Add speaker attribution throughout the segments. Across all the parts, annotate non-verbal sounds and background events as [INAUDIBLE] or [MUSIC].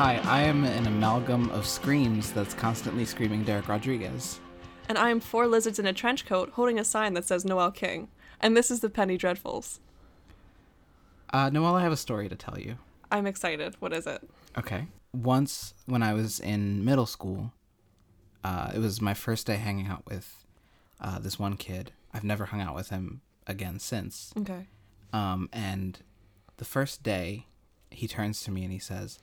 Speaker 1: Hi, I am an amalgam of screams that's constantly screaming Derek Rodriguez.
Speaker 2: And I am four lizards in a trench coat holding a sign that says Noel King. And this is the Penny Dreadfuls.
Speaker 1: Uh, Noelle, I have a story to tell you.
Speaker 2: I'm excited. What is it?
Speaker 1: Okay. Once, when I was in middle school, uh, it was my first day hanging out with uh, this one kid. I've never hung out with him again since.
Speaker 2: Okay.
Speaker 1: Um, and the first day, he turns to me and he says,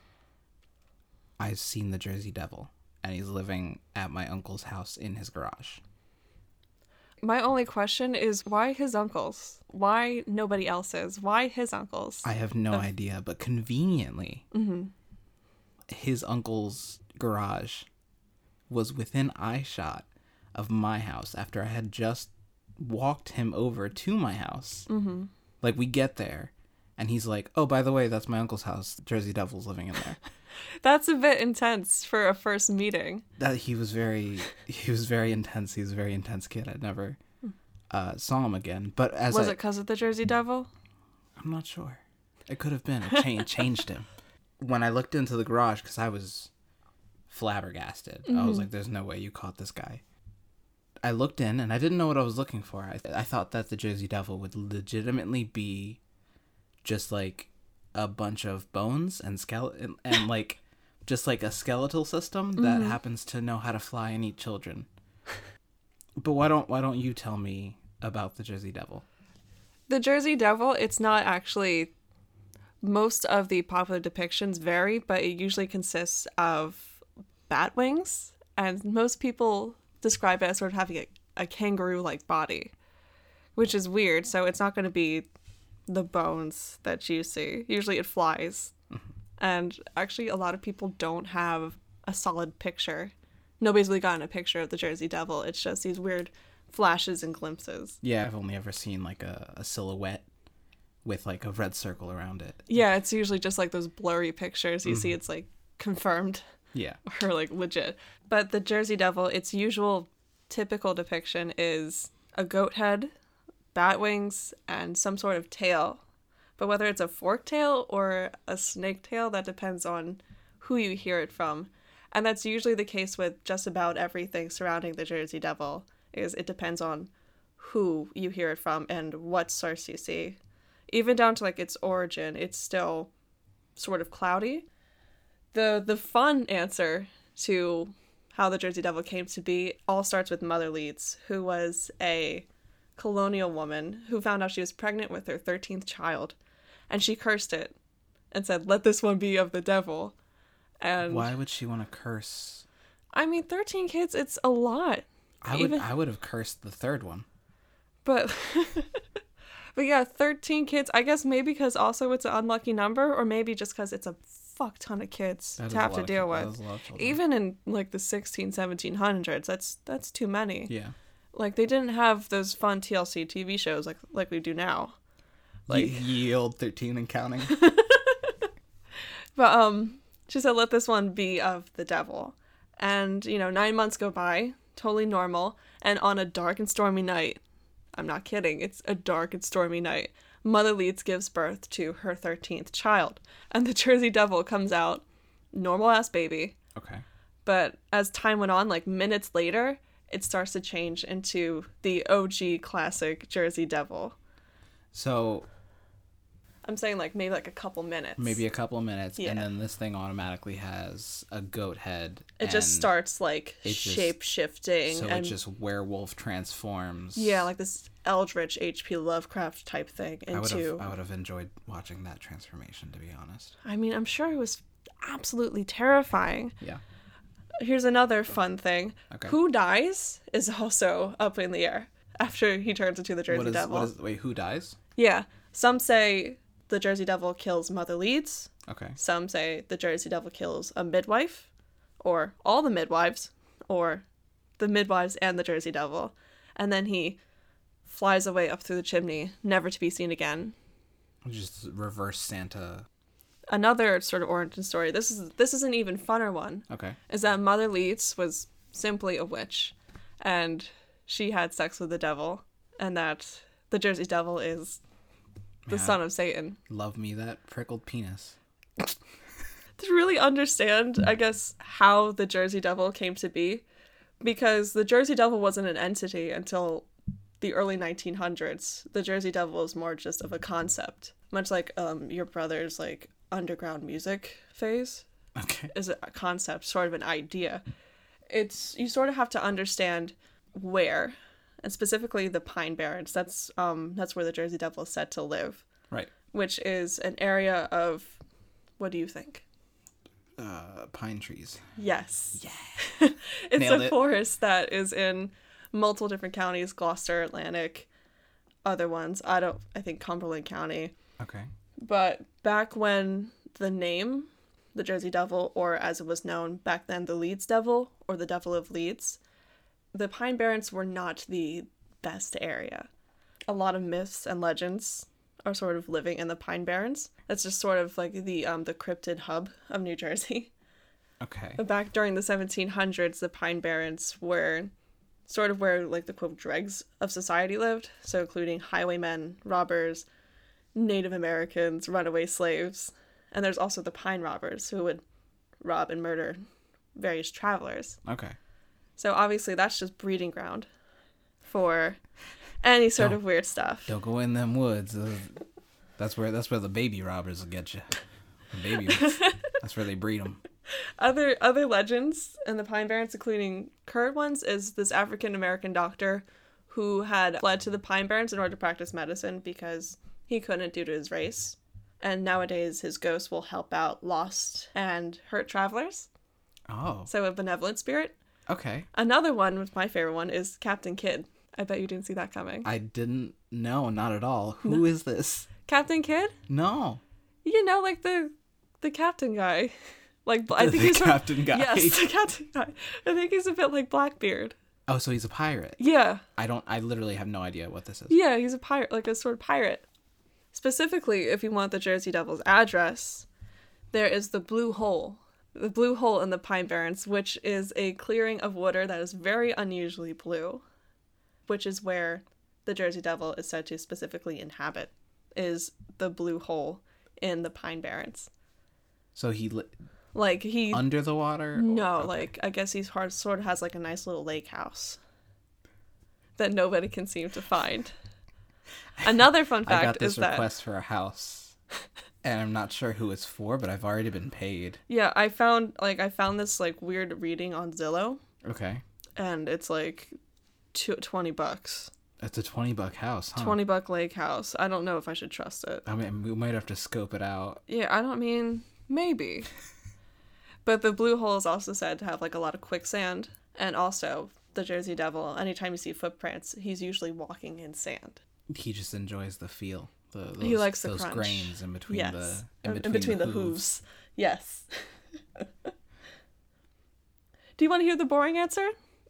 Speaker 1: I've seen the Jersey Devil. And he's living at my uncle's house in his garage.
Speaker 2: My only question is why his uncles? Why nobody else's? Why his uncles?
Speaker 1: I have no idea, but conveniently, his uncle's garage was within eyeshot of my house after I had just walked him over to my house. Mm-hmm. Like, we get there, and he's like, Oh, by the way, that's my uncle's house. Jersey Devil's living in there.
Speaker 2: That's a bit intense for a first meeting.
Speaker 1: that he was very he was very intense he was a very intense kid i never uh saw him again but as
Speaker 2: Was
Speaker 1: I,
Speaker 2: it because of the Jersey Devil?
Speaker 1: i'm not sure it could have been it cha- changed him when i looked into the garage because i was flabbergasted i was like there's no way you caught this guy i looked in and i didn't know what i was looking for i, I thought that the jersey devil would legitimately be just like a bunch of bones and skeleton and like just like a skeletal system that happens to know how to fly and eat children. but why don't why don't you tell me about the Jersey Devil?
Speaker 2: The Jersey Devil, it's not actually. Most of the popular depictions vary, but it usually consists of bat wings, and most people describe it as sort of having a, a kangaroo like body, which is weird. So it's not going to be the bones that you see. Usually it flies. And actually, a lot of people don't have a solid picture. Nobody's really gotten a picture of the Jersey Devil. It's just these weird flashes and glimpses.
Speaker 1: Yeah, I've only ever seen like a, a silhouette with like a red circle around it.
Speaker 2: Yeah, it's usually just like those blurry pictures you see. It's like confirmed [LAUGHS]
Speaker 1: Yeah.
Speaker 2: or like legit. But the Jersey Devil, its usual typical depiction is a goat head, bat wings, and some sort of tail. But whether it's a forked tail or a snake tail, that depends on who you hear it from. And that's usually the case with just about everything surrounding the Jersey Devil is it depends on who you hear it from and what source you see. Even down to like its origin, it's still sort of cloudy the the fun answer to how the Jersey Devil came to be all starts with Mother Leeds, who was a colonial woman who found out she was pregnant with her 13th child and she cursed it and said let this one be of the devil and
Speaker 1: Why would she want to curse?
Speaker 2: i mean 13 kids it's a lot
Speaker 1: I would
Speaker 2: Even-
Speaker 1: I would have cursed the third one.
Speaker 2: but [LAUGHS] but yeah 13 kids i guess maybe because also it's an unlucky number or maybe just because it's a fuck ton of kids
Speaker 1: That is
Speaker 2: to
Speaker 1: a
Speaker 2: have
Speaker 1: lot
Speaker 2: to
Speaker 1: of
Speaker 2: deal
Speaker 1: kid- that
Speaker 2: with
Speaker 1: is a lot of children.
Speaker 2: even in like the 16 1700s that's that's too many
Speaker 1: yeah.
Speaker 2: like they didn't have those fun tlc tv shows like like we do now
Speaker 1: Like ye old 13 and
Speaker 2: [LAUGHS]
Speaker 1: counting.
Speaker 2: but um she said let this one be of the devil and you know nine months go by totally normal and on a dark and stormy night i'm not kidding it's a dark and stormy night mother leeds gives birth to her 13th child and the jersey devil comes out normal ass baby
Speaker 1: okay.
Speaker 2: but as time went on like minutes later it starts to change into the og classic jersey devil
Speaker 1: So
Speaker 2: i'm saying like maybe like a couple minutes
Speaker 1: maybe a couple of minutes
Speaker 2: Yeah.
Speaker 1: and then this thing automatically has a goat head.
Speaker 2: it just
Speaker 1: and-
Speaker 2: starts like
Speaker 1: just-
Speaker 2: shape shifting
Speaker 1: So
Speaker 2: and
Speaker 1: it just werewolf transforms.
Speaker 2: yeah like this eldritch hp lovecraft type thing
Speaker 1: I would
Speaker 2: into
Speaker 1: have I would have enjoyed watching that transformation to be honest.
Speaker 2: I mean i'm sure it was absolutely terrifying
Speaker 1: Yeah.
Speaker 2: here's another fun thing
Speaker 1: Okay.
Speaker 2: who dies is also up in the air after he turns into the jersey
Speaker 1: What is
Speaker 2: devil
Speaker 1: what is wait, who dies?
Speaker 2: yeah some say the jersey devil kills mother leeds
Speaker 1: Okay.
Speaker 2: Some say the Jersey Devil kills a midwife, or all the midwives, or the midwives and the Jersey Devil. And then he flies away up through the chimney, never to be seen again.
Speaker 1: Just reverse Santa.
Speaker 2: Another sort of origin story. This is this is an even funner one.
Speaker 1: Okay.
Speaker 2: Is that Mother Leeds was simply a witch, and she had sex with the devil, and that the Jersey Devil is the
Speaker 1: Yeah.
Speaker 2: son of Satan.
Speaker 1: Love me that prickled penis.
Speaker 2: to really understand, I guess, how the Jersey Devil came to be, because the Jersey Devil wasn't an entity until the early 1900s. The Jersey Devil is more just of a concept, much like um, your brother's like underground music phase
Speaker 1: Okay.
Speaker 2: is a concept, sort of an idea. It's you sort of have to understand where, and specifically the Pine Barrens. That's um that's where the Jersey Devil is said to live,
Speaker 1: Right.
Speaker 2: which is an area of what do you think?
Speaker 1: Uh, pine trees.
Speaker 2: Yes. Yeah. [LAUGHS] it's
Speaker 1: Nailed
Speaker 2: a
Speaker 1: it.
Speaker 2: forest that is in multiple different counties, Gloucester, Atlantic, other ones. I don't I think Cumberland County.
Speaker 1: Okay.
Speaker 2: But back when the name, the Jersey Devil, or as it was known back then, the Leeds Devil or the Devil of Leeds, the Pine Barrens were not the best area. A lot of myths and legends are sort of living in the Pine Barrens. That's just sort of like the um, the cryptid hub of New Jersey. [LAUGHS]
Speaker 1: Okay.
Speaker 2: But back during the 1700s, the Pine Barrens were sort of where like the quote dregs of society lived, so including highwaymen, robbers, Native Americans, runaway slaves, and there's also the pine robbers who would rob and murder various travelers.
Speaker 1: Okay.
Speaker 2: So obviously that's just breeding ground for any sort of weird stuff.
Speaker 1: Don't go in them woods. Those- That's where that's where the baby robbers will get you. The baby. [LAUGHS] ones. that's where they breed them.
Speaker 2: other other legends and the Pine Barrens, including current ones, is this African American doctor who had fled to the Pine Barrens in order to practice medicine because he couldn't due to his race. And nowadays, his ghost will help out lost and hurt travelers.
Speaker 1: Oh.
Speaker 2: So a benevolent spirit.
Speaker 1: Okay.
Speaker 2: Another one, which my favorite one, is Captain Kidd. I bet you didn't see that coming.
Speaker 1: I didn't know. Not at all. Who is this?
Speaker 2: Captain Kidd?
Speaker 1: No.
Speaker 2: You know, like the the captain guy. Like I think
Speaker 1: the
Speaker 2: he's a-
Speaker 1: captain guy.
Speaker 2: Yes, the captain guy. I think he's a bit like Blackbeard.
Speaker 1: Oh, so he's a pirate.
Speaker 2: Yeah.
Speaker 1: I don't. I literally have no idea what this is.
Speaker 2: Yeah, he's a pirate, like a sort of pirate. Specifically, if you want the Jersey Devil's address, there is the Blue Hole. The Blue Hole in the Pine Barrens, which is a clearing of water that is very unusually blue, which is where the Jersey Devil is said to specifically inhabit, is the Blue Hole in the Pine Barrens.
Speaker 1: So he li-
Speaker 2: Like, he.
Speaker 1: under the water.
Speaker 2: no, like, I guess he's hard, sort of has like a nice little lake house that nobody can seem
Speaker 1: [LAUGHS]
Speaker 2: to find. Another fun fact
Speaker 1: I got this
Speaker 2: is that
Speaker 1: request for a house, and I'm not sure who it's for, but I've already been paid.
Speaker 2: Yeah, I found like I found this like weird reading on Zillow,
Speaker 1: Okay,
Speaker 2: and it's like two, twenty bucks,
Speaker 1: that's a twenty buck house, huh?
Speaker 2: twenty buck lake house. I don't know if I should trust it.
Speaker 1: I mean, we might have to scope it out.
Speaker 2: Yeah, I don't mean
Speaker 1: [LAUGHS]
Speaker 2: maybe, but the blue hole is also said to have like a lot of quicksand, and also the Jersey Devil. Anytime you see footprints, he's usually walking in sand.
Speaker 1: He just enjoys the feel. The, those,
Speaker 2: He likes the
Speaker 1: those
Speaker 2: crunch.
Speaker 1: grains in between
Speaker 2: yes,
Speaker 1: the in between,
Speaker 2: the, hooves. Yes. [LAUGHS] Do you want to hear the boring answer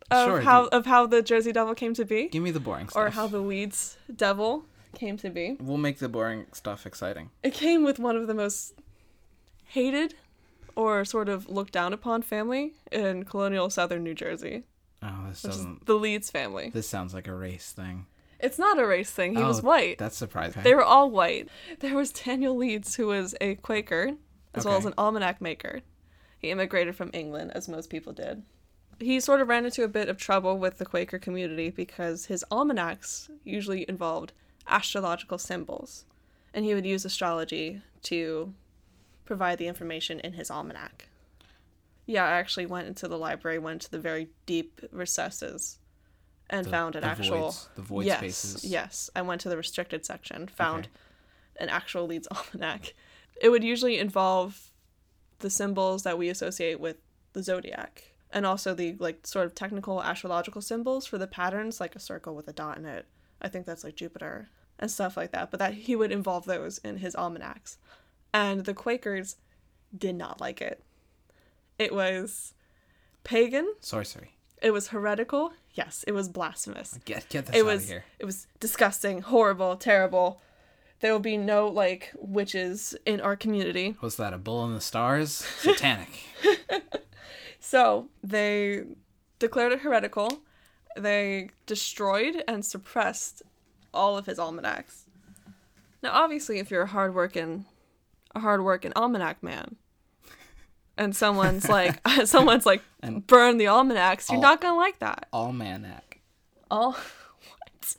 Speaker 2: of
Speaker 1: Sure,
Speaker 2: how
Speaker 1: do-
Speaker 2: of how the Jersey Devil came to be,
Speaker 1: Give me the boring stuff.
Speaker 2: or how the Weeds Devil came to be?
Speaker 1: We'll make the boring stuff exciting.
Speaker 2: It came with one of the most hated or sort of looked down upon family in colonial southern New Jersey,
Speaker 1: Oh, this
Speaker 2: which is
Speaker 1: doesn't.
Speaker 2: the Leeds family.
Speaker 1: This sounds like a race thing.
Speaker 2: It's not a race thing. He was
Speaker 1: Oh,
Speaker 2: white.
Speaker 1: That's surprising.
Speaker 2: They were all white. There was Daniel Leeds, who was a Quaker, as well as
Speaker 1: Okay.
Speaker 2: an almanac maker. He immigrated from England, as most people did. He sort of ran into a bit of trouble with the Quaker community because his almanacs usually involved astrological symbols, and he would use astrology to provide the information in his almanac. Yeah, I actually went into the library, went to the very deep recesses, and
Speaker 1: The-
Speaker 2: found an
Speaker 1: the
Speaker 2: actual
Speaker 1: voids- the void
Speaker 2: yes,
Speaker 1: spaces.
Speaker 2: Yes, I went to the restricted section, found an actual Leeds [LAUGHS] almanac. It would usually involve the symbols that we associate with the zodiac, and also the like sort of technical astrological symbols for the patterns, like a circle with a dot in it. I think that's like Jupiter and stuff like that. But that he would involve those in his almanacs, and the Quakers did not like it. It was pagan.
Speaker 1: Sorcery.
Speaker 2: It was heretical. Yes, it was blasphemous
Speaker 1: Get get this
Speaker 2: it
Speaker 1: out
Speaker 2: was
Speaker 1: of here.
Speaker 2: it was disgusting, horrible, terrible. There will be no like witches in our community.
Speaker 1: Was that a bull in the
Speaker 2: [LAUGHS]
Speaker 1: stars? Satanic.
Speaker 2: So they declared it heretical. They destroyed and suppressed all of his almanacs. Now, obviously, if you're a hardworking, a hardworking almanac man, and someone's like [LAUGHS] someone's like burn the almanacs you're
Speaker 1: Al-
Speaker 2: not gonna like that
Speaker 1: Almanac.
Speaker 2: all what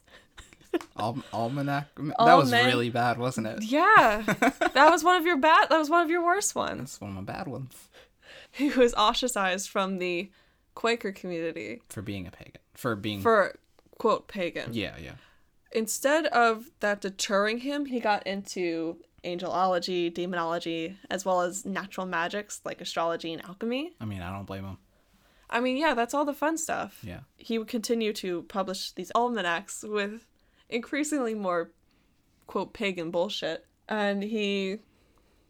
Speaker 1: Al- almanac. that was
Speaker 2: Alman-
Speaker 1: really bad, wasn't it?
Speaker 2: yeah that was one of your bad that was one of your worst ones
Speaker 1: That's one of my bad ones
Speaker 2: [LAUGHS] he was ostracized from the quaker community
Speaker 1: for being a pagan. For being.
Speaker 2: for quote pagan
Speaker 1: yeah, yeah.
Speaker 2: instead of that deterring him he got into angelology demonology as well as natural magics like astrology and alchemy
Speaker 1: I mean, I don't blame him.
Speaker 2: i mean yeah that's all the fun stuff
Speaker 1: Yeah.
Speaker 2: he would continue to publish these almanacs with increasingly more quote pagan bullshit and he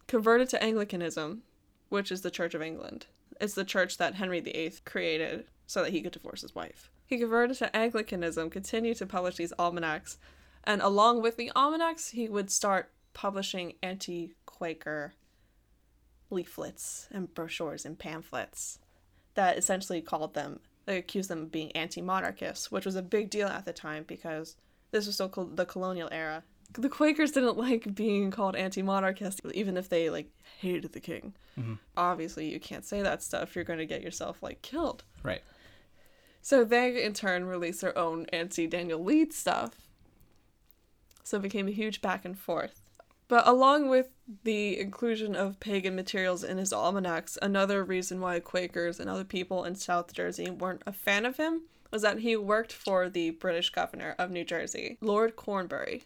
Speaker 2: converted to anglicanism which is the church of england it's the church that henry viii created so that he could divorce his wife he converted to anglicanism continued to publish these almanacs and along with the almanacs he would start publishing anti-quaker leaflets and brochures and pamphlets that essentially called them they accused them of being anti-monarchists which was a big deal at the time because this was still col- the colonial era the quakers didn't [LAUGHS] like being called anti-monarchists even if they like hated the king obviously you can't say that stuff you're going to get yourself like killed
Speaker 1: Right.
Speaker 2: so they in turn released their own anti-daniel lead stuff so it became a huge back and forth but along with the inclusion of pagan materials in his almanacs, another reason why Quakers and other people in South Jersey weren't a fan of him was that he worked for the British governor of New Jersey, Lord Cornbury.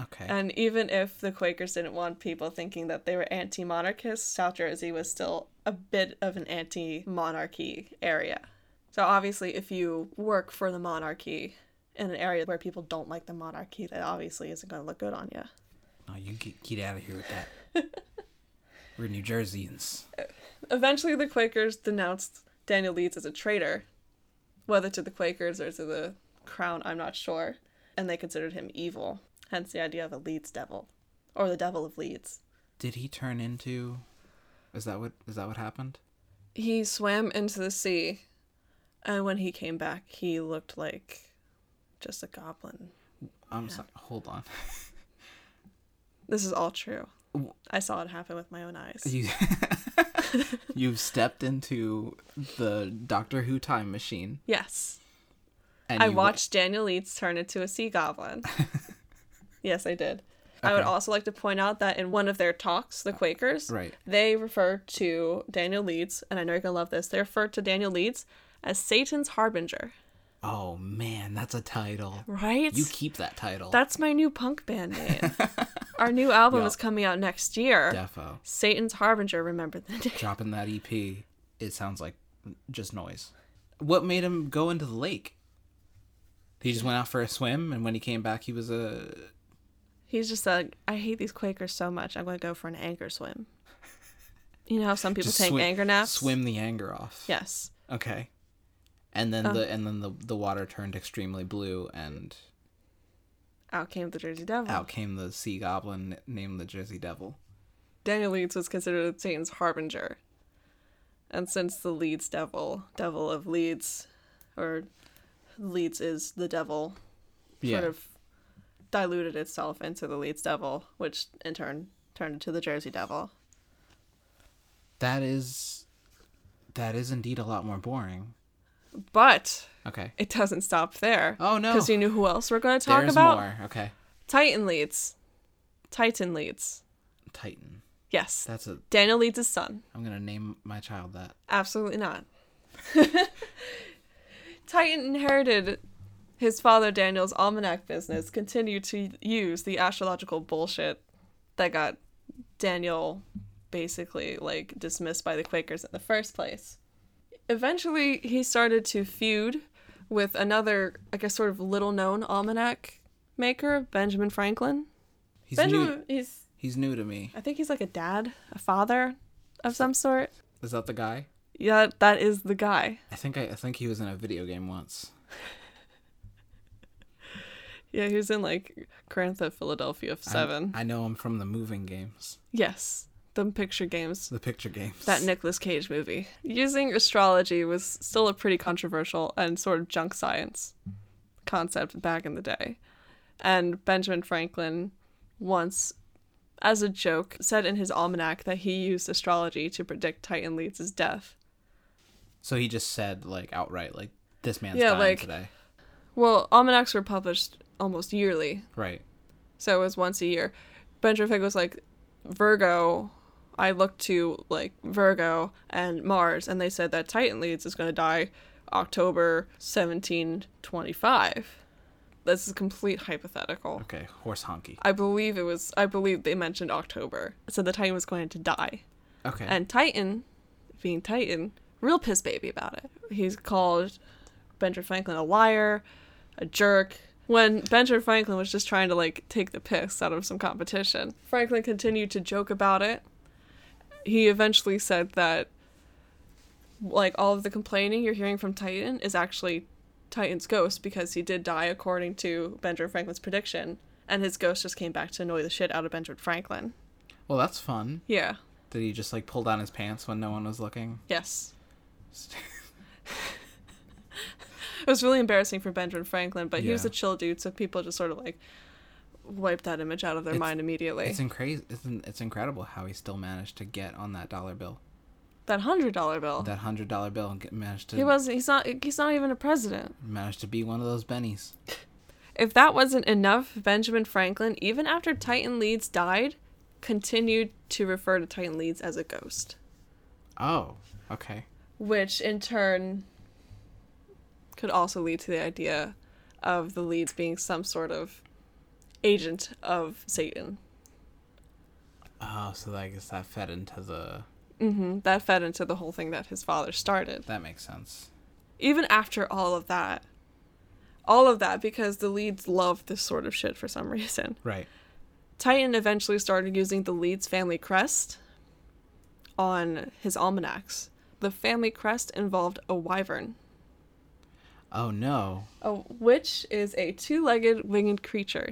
Speaker 1: Okay.
Speaker 2: And even if the Quakers didn't want people thinking that they were anti monarchists, South Jersey was still a bit of an anti monarchy area. So obviously, if you work for the monarchy in an area where people don't like the monarchy, that obviously isn't going to look good on you.
Speaker 1: no, you get, get out of here with that. [LAUGHS] We're New Jerseyans.
Speaker 2: Eventually, the Quakers denounced Daniel Leeds as a traitor, whether to the Quakers or to the crown, I'm not sure, and they considered him evil, hence the idea of a Leeds devil, or the devil of Leeds.
Speaker 1: Did he turn into? Is that what? Is that what happened?
Speaker 2: He swam into the sea, and when he came back, he looked like just a goblin.
Speaker 1: I'm sorry. Hold
Speaker 2: [LAUGHS]
Speaker 1: on.
Speaker 2: This is all true.
Speaker 1: W-
Speaker 2: I saw it happen with my own eyes.
Speaker 1: You. [LAUGHS] You've stepped into the Doctor Who time machine.
Speaker 2: Yes.
Speaker 1: And
Speaker 2: I
Speaker 1: you-
Speaker 2: watched Daniel Leeds turn into a
Speaker 1: [LAUGHS]
Speaker 2: sea goblin. yes, I did. I would
Speaker 1: Okay.
Speaker 2: also like to point out that in one of their talks, the Quakers,
Speaker 1: Right.
Speaker 2: they refer to Daniel Leeds, and I know you're going to love this, they refer to Daniel Leeds as Satan's Harbinger.
Speaker 1: Oh man, that's a title.
Speaker 2: Right?
Speaker 1: You keep that title.
Speaker 2: That's my new punk band
Speaker 1: [LAUGHS]
Speaker 2: name. Our new album
Speaker 1: Yeah.
Speaker 2: is coming out next year.
Speaker 1: Defo.
Speaker 2: Satan's Harbinger, remember the name. [LAUGHS]
Speaker 1: Dropping that EP, it sounds like just noise. What made him go into the lake? He just went out for a swim, and when he came back, he was a.
Speaker 2: He's just like, I hate these Quakers so much, I'm going to go for an anchor swim. You know how some people
Speaker 1: Just
Speaker 2: take
Speaker 1: swi-
Speaker 2: anger naps?
Speaker 1: Swim the anger off.
Speaker 2: Yes.
Speaker 1: Okay. And
Speaker 2: Oh.
Speaker 1: then the and then the the water turned extremely blue, and
Speaker 2: Out came the Jersey Devil.
Speaker 1: out came the sea goblin named the Jersey Devil.
Speaker 2: Daniel Leeds was considered Satan's harbinger. And since the Leeds devil, devil of Leeds, or Leeds is the devil,
Speaker 1: Yeah.
Speaker 2: sort of diluted itself into the Leeds devil, which in turn turned into the Jersey devil.
Speaker 1: That is. That is indeed a lot more boring.
Speaker 2: But
Speaker 1: Okay.
Speaker 2: it doesn't stop there.
Speaker 1: Oh, no.
Speaker 2: Because you knew who else we're going to talk
Speaker 1: There's
Speaker 2: about?
Speaker 1: more. Okay.
Speaker 2: Titan Leeds. Titan Leeds.
Speaker 1: Titan.
Speaker 2: Yes.
Speaker 1: That's a.
Speaker 2: Daniel Leeds' son.
Speaker 1: I'm gonna name my child that.
Speaker 2: Absolutely not. [LAUGHS] Titan inherited his father Daniel's almanac business, continued to use the astrological bullshit that got Daniel basically like dismissed by the Quakers in the first place. Eventually, he started to feud with another, I guess, sort of little known almanac maker, Benjamin Franklin.
Speaker 1: He's new.
Speaker 2: Benjamin, he's,
Speaker 1: He's new to me.
Speaker 2: I think he's like a dad, a father of some sort.
Speaker 1: Is that the guy?
Speaker 2: Yeah, that is the guy.
Speaker 1: I think I, I think he was in a video game once.
Speaker 2: Yeah, he was in like Grand Theft Philadelphia
Speaker 1: I'm-
Speaker 2: Seven.
Speaker 1: I know him from the moving games,
Speaker 2: yes, the picture games.
Speaker 1: the picture games.
Speaker 2: That Nicolas Cage movie. Using astrology was still a pretty controversial and sort of junk science concept back in the day. And Benjamin Franklin once as a joke, said in his almanac that he used astrology to predict Titan Leeds' death.
Speaker 1: So he just said like outright, like this man's
Speaker 2: Yeah,
Speaker 1: dying
Speaker 2: like-
Speaker 1: today,
Speaker 2: Well, almanacs were published almost yearly,
Speaker 1: right?
Speaker 2: so it was once a year. Benjamin Fig was like, Virgo, I looked to like Virgo and Mars, and they said that Titan Leeds is going to die October 1725. This is complete hypothetical.
Speaker 1: Okay, horse honky.
Speaker 2: I believe it was, I believe they mentioned October. So the Titan was going to die.
Speaker 1: Okay,
Speaker 2: And Titan, being Titan, real piss baby about it. He's called Benjamin Franklin a liar, a jerk. When Benjamin Franklin was just trying to like take the piss out of some competition, Franklin continued to joke about it. He eventually said that like all of the complaining you're hearing from Titan is actually Titan's ghost because he did die according to Benjamin Franklin's prediction, and his ghost just came back to annoy the shit out of Benjamin Franklin.
Speaker 1: well that's fun.
Speaker 2: Yeah.
Speaker 1: Did he just like pull down his pants when no one was looking? [LAUGHS]
Speaker 2: Yes. It was really embarrassing for Benjamin Franklin, but he was
Speaker 1: Yeah.
Speaker 2: a chill dude, so people just sort of like wiped that image out of their
Speaker 1: It's-
Speaker 2: mind immediately.
Speaker 1: It's in crazy. It's, in- it's incredible how he still managed to get on that dollar bill,
Speaker 2: That hundred dollar bill.
Speaker 1: that hundred dollar bill, and get, managed to
Speaker 2: he wasn't. He's not. He's not even a president.
Speaker 1: managed to be one of those bennies.
Speaker 2: If that wasn't enough, Benjamin Franklin, even after Titan Leeds died, continued to refer to Titan Leeds as a ghost,
Speaker 1: Oh, okay.
Speaker 2: which in turn could also lead to the idea of the Leeds being some sort of agent of Satan.
Speaker 1: Oh, so I guess that fed into the.
Speaker 2: hmm That fed into the whole thing that his father started.
Speaker 1: That makes sense.
Speaker 2: Even after all of that, all of that because the Leeds loved this sort of shit for some [LAUGHS] reason.
Speaker 1: Right.
Speaker 2: Titan eventually started using the Leeds family crest on his almanacs. The family crest involved a wyvern,
Speaker 1: Oh no.
Speaker 2: a, which is a two legged winged creature,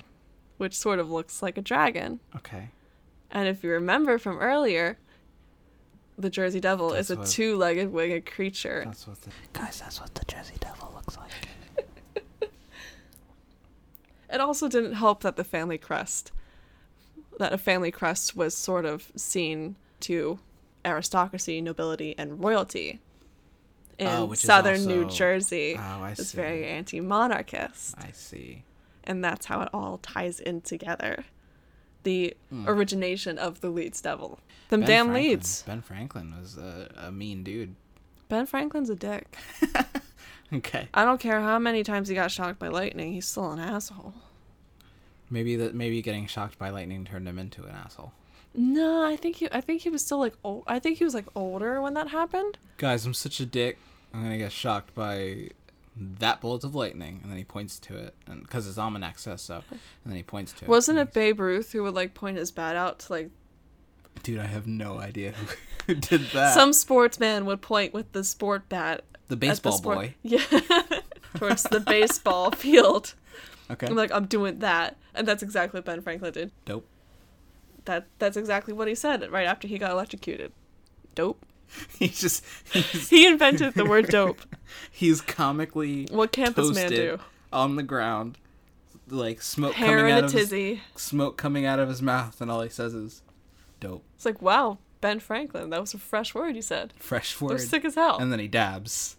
Speaker 2: which sort of looks like a dragon.
Speaker 1: Okay.
Speaker 2: And if you remember from earlier, the Jersey Devil
Speaker 1: That's
Speaker 2: is a
Speaker 1: what-
Speaker 2: two legged winged creature.
Speaker 1: That's what the guys. That's what the Jersey Devil looks like.
Speaker 2: It also didn't help that the family crest, that a family crest was sort of seen to aristocracy, nobility, and royalty in
Speaker 1: Oh, which is
Speaker 2: southern New
Speaker 1: also-
Speaker 2: Jersey.
Speaker 1: Oh, I
Speaker 2: it's
Speaker 1: see.
Speaker 2: very anti-monarchist,
Speaker 1: I see.
Speaker 2: and that's how it all ties in together. The origination of the Leeds Devil, them
Speaker 1: Hmm. Ben
Speaker 2: damn
Speaker 1: Franklin-
Speaker 2: Leeds.
Speaker 1: Ben Franklin was a, a mean dude. [LAUGHS]
Speaker 2: Ben Franklin's a dick.
Speaker 1: Okay.
Speaker 2: I don't care how many times he got shocked by lightning; he's still an asshole.
Speaker 1: Maybe that. Maybe getting shocked by lightning turned him into an asshole.
Speaker 2: No, I think he. I think he was still like old. I think he was like older when that happened.
Speaker 1: Guys, I'm such a dick. I'm gonna get shocked by that bolt of lightning, and then he points to it, and because his almanac says so, and then he points to it.
Speaker 2: Wasn't it Babe Ruth who would like point his bat out to like
Speaker 1: Dude, I have no idea who [LAUGHS] did that.
Speaker 2: some sportsman would point with the sport bat
Speaker 1: the
Speaker 2: at the
Speaker 1: baseball
Speaker 2: sport-
Speaker 1: boy.
Speaker 2: [LAUGHS] Yeah. towards the
Speaker 1: [LAUGHS]
Speaker 2: baseball field.
Speaker 1: Okay.
Speaker 2: I'm like, I'm doing that. And that's exactly what Ben Franklin did.
Speaker 1: Dope.
Speaker 2: That that's exactly what he said right after he got electrocuted. Dope.
Speaker 1: [LAUGHS]
Speaker 2: [LAUGHS]
Speaker 1: He just he's,
Speaker 2: He invented the word dope.
Speaker 1: he's comically
Speaker 2: What can't this man
Speaker 1: toasted
Speaker 2: do?
Speaker 1: on the ground, like smoke
Speaker 2: Hair
Speaker 1: coming
Speaker 2: in
Speaker 1: out
Speaker 2: a
Speaker 1: of his,
Speaker 2: tizzy.
Speaker 1: smoke coming out of his mouth, and all he says is, "Dope,
Speaker 2: It's like, wow, Ben Franklin, that was a fresh word he said.
Speaker 1: fresh
Speaker 2: That
Speaker 1: word,"
Speaker 2: was sick as hell.
Speaker 1: and then he dabs.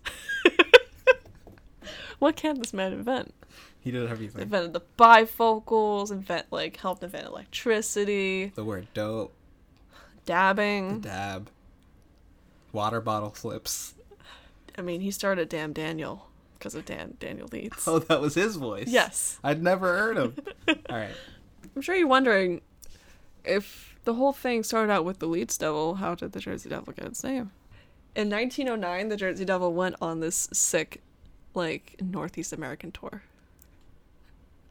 Speaker 2: what can't this man invent?
Speaker 1: He did everything.
Speaker 2: invented the bifocals, invent like helped invent electricity,
Speaker 1: The word "dope,"
Speaker 2: dabbing.
Speaker 1: dab, water bottle flips. [LAUGHS]
Speaker 2: I mean, he started Damn Daniel because of Dan Daniel Leeds.
Speaker 1: Oh, that was his voice.
Speaker 2: Yes,
Speaker 1: I'd never heard
Speaker 2: [LAUGHS]
Speaker 1: him. all right.
Speaker 2: I'm sure you're wondering if the whole thing started out with the Leeds Devil. How did the Jersey Devil get its name? In 1909, the Jersey Devil went on this sick, like Northeast American tour.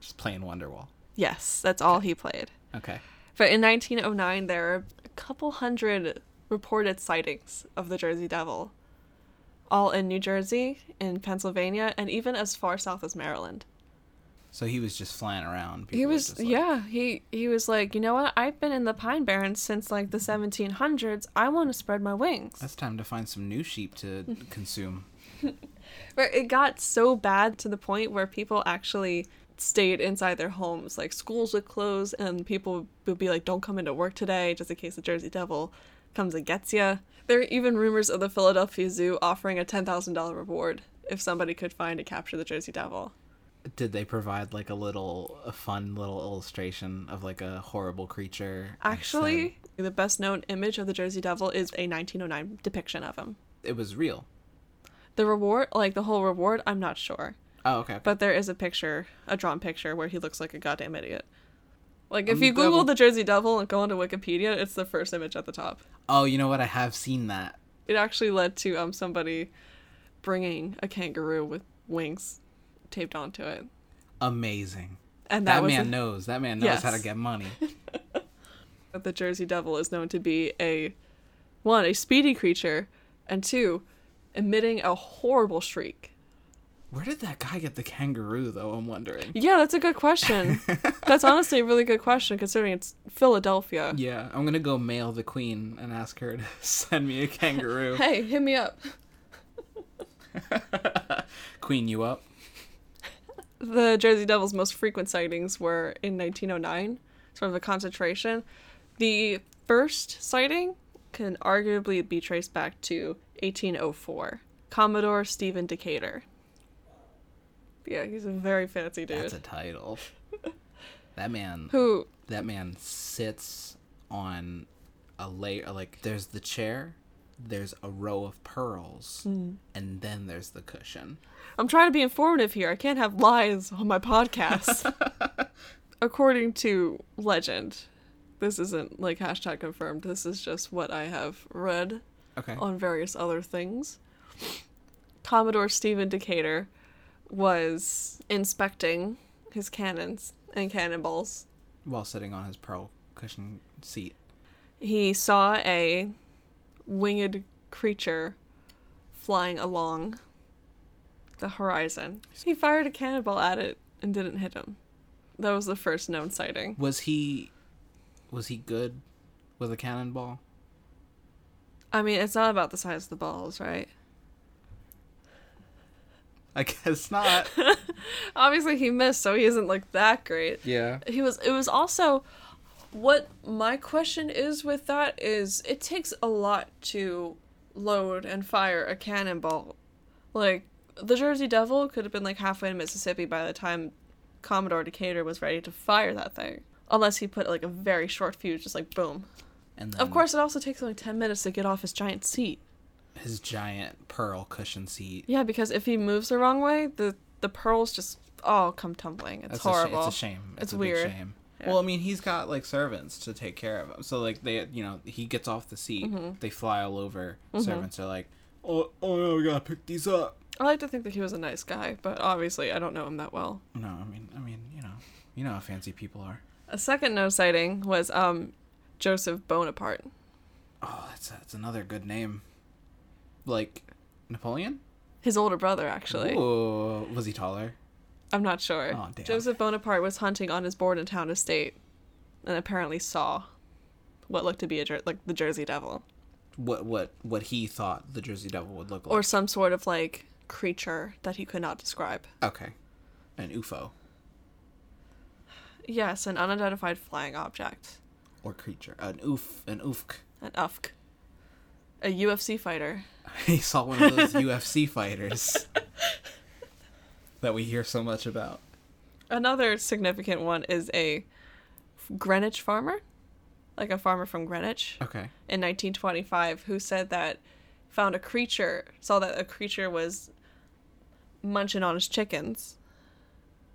Speaker 1: Just playing Wonderwall.
Speaker 2: Yes, that's all he played.
Speaker 1: Okay.
Speaker 2: But in 1909, there were a couple hundred reported sightings of the Jersey Devil, all in New Jersey, in Pennsylvania, and even as far south as Maryland.
Speaker 1: So he was just flying around.
Speaker 2: He
Speaker 1: People were
Speaker 2: was,
Speaker 1: just like,
Speaker 2: yeah, he he was like, you know what? I've been in the Pine Barrens since like the 1700s. I want to spread my wings. [LAUGHS]
Speaker 1: That's time to find some new sheep to consume.
Speaker 2: Where it got so bad to the point where people actually stayed inside their homes. Like schools would close, and people would be like, "Don't come into work today, just in case the Jersey Devil comes and gets you." There are even rumors of the Philadelphia Zoo offering a ten thousand dollar reward if somebody could find and capture the Jersey Devil.
Speaker 1: Did they provide like a little, a fun little illustration of like a horrible creature? instead?
Speaker 2: Actually, the best known image of the Jersey Devil is a 1909 depiction of him.
Speaker 1: it was real.
Speaker 2: The reward, like the whole reward, I'm not sure.
Speaker 1: Oh, okay. okay.
Speaker 2: But there is a picture, a drawn picture, where he looks like a goddamn idiot. Like, if
Speaker 1: Um,
Speaker 2: you
Speaker 1: that
Speaker 2: Google
Speaker 1: will-
Speaker 2: the Jersey Devil and go onto Wikipedia, it's the first image at the top.
Speaker 1: oh, you know what? I have seen that.
Speaker 2: It actually led to um somebody bringing a kangaroo with wings taped onto it,
Speaker 1: Amazing.
Speaker 2: and that,
Speaker 1: That,
Speaker 2: was
Speaker 1: man
Speaker 2: the-
Speaker 1: knows. That man knows how to
Speaker 2: Yes.
Speaker 1: get
Speaker 2: [LAUGHS]
Speaker 1: money.
Speaker 2: that the Jersey Devil is known to be a one a speedy creature, and two, emitting a horrible shriek.
Speaker 1: Where did that guy get the kangaroo, though? I'm wondering.
Speaker 2: Yeah, that's a good question. that's honestly a really good question considering it's Philadelphia.
Speaker 1: Yeah, I'm gonna go mail the queen and ask her to [LAUGHS] send me a
Speaker 2: [LAUGHS]
Speaker 1: kangaroo.
Speaker 2: Hey, hit me up.
Speaker 1: queen, you up?
Speaker 2: The Jersey Devil's most frequent sightings were in 1909, sort of a concentration. The first sighting can arguably be traced back to 1804. Commodore Stephen Decatur. Yeah, he's a very fancy dude.
Speaker 1: That's a title. That man.
Speaker 2: Who?
Speaker 1: That man sits on a layer. Like there's the chair, there's a row of pearls,
Speaker 2: Hmm.
Speaker 1: and then there's the cushion.
Speaker 2: I'm trying to be informative here. I can't have lies on my
Speaker 1: [LAUGHS]
Speaker 2: podcast. According to legend, this isn't like hashtag confirmed. This is just what I have read
Speaker 1: Okay.
Speaker 2: on various other things. Commodore Stephen Decatur was inspecting his cannons and cannonballs.
Speaker 1: While sitting on his pearl cushion seat.
Speaker 2: He saw a winged creature flying along the horizon. He fired a cannonball at it and didn't hit him. That was the first known sighting.
Speaker 1: Was he? Was he good with a cannonball? [LAUGHS]
Speaker 2: I mean, it's not about the size of the balls, right?
Speaker 1: I guess not.
Speaker 2: Obviously, he missed, so he isn't like that great.
Speaker 1: yeah.
Speaker 2: he was it was also what my question is with that is it takes a lot to load and fire a cannonball like the jersey devil could have been like halfway to mississippi by the time commodore decatur was ready to fire that thing unless he put like a very short fuse just like boom
Speaker 1: And then
Speaker 2: of course it also takes like 10 minutes to get off his giant seat
Speaker 1: his giant pearl cushion seat.
Speaker 2: yeah because if he moves the wrong way the the pearls just all come tumbling it's
Speaker 1: That's
Speaker 2: horrible
Speaker 1: A sh- it's a shame. It's,
Speaker 2: It's
Speaker 1: a
Speaker 2: weird.
Speaker 1: Big shame.
Speaker 2: Yeah.
Speaker 1: Well, I mean, he's got like servants to take care of him. So like they, you know, he gets off the seat.
Speaker 2: Mm-hmm.
Speaker 1: They fly all over. Servants are like, oh, oh no, we gotta pick these up.
Speaker 2: i like to think that he was a nice guy but obviously i don't know him that well
Speaker 1: No, I mean, I mean, you know, you know how fancy people are.
Speaker 2: A second known sighting was um, Joseph Bonaparte.
Speaker 1: Oh, that's that's another good name. Like Napoleon.
Speaker 2: His older brother, actually.
Speaker 1: Ooh, was he taller?
Speaker 2: I'm not sure.
Speaker 1: Aw, damn.
Speaker 2: Joseph Bonaparte was hunting on his Bordentown estate and apparently saw what looked to be a jer- like the Jersey Devil
Speaker 1: What what what he thought the Jersey Devil would look like?
Speaker 2: or some sort of like creature that he could not describe.
Speaker 1: okay, an UFO
Speaker 2: Yes, an unidentified flying object,
Speaker 1: or creature, an oof, [LAUGHS] an oofk.
Speaker 2: an UFK, a UFC fighter.
Speaker 1: he saw one of
Speaker 2: [LAUGHS]
Speaker 1: those UFC fighters that we hear so much about.
Speaker 2: Another significant one is a Greenwich farmer, like a farmer from Greenwich.
Speaker 1: Okay.
Speaker 2: in 1925 who said that found a creature saw that a creature was munching on his chickens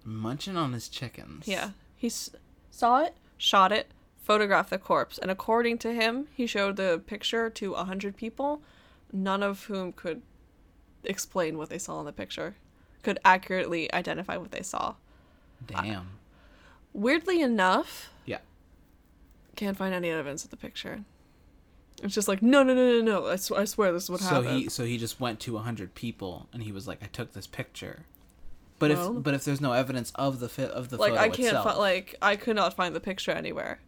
Speaker 1: Munching on his chickens.
Speaker 2: yeah he s- saw it shot it photographed the corpse and according to him he showed the picture to 100 people none of whom could explain what they saw in the picture could accurately identify what they saw
Speaker 1: Damn.
Speaker 2: weirdly enough
Speaker 1: Yeah.
Speaker 2: can't find any evidence of the picture it's just like no no no no no i, sw- I swear this is what
Speaker 1: So
Speaker 2: happened
Speaker 1: he so he just went to hundred people and he was like, I took this picture. But
Speaker 2: Well-
Speaker 1: if but if there's no evidence of the fi- of the
Speaker 2: like
Speaker 1: photo
Speaker 2: I can't
Speaker 1: itself, Ah.
Speaker 2: fi- like I could not find the picture anywhere.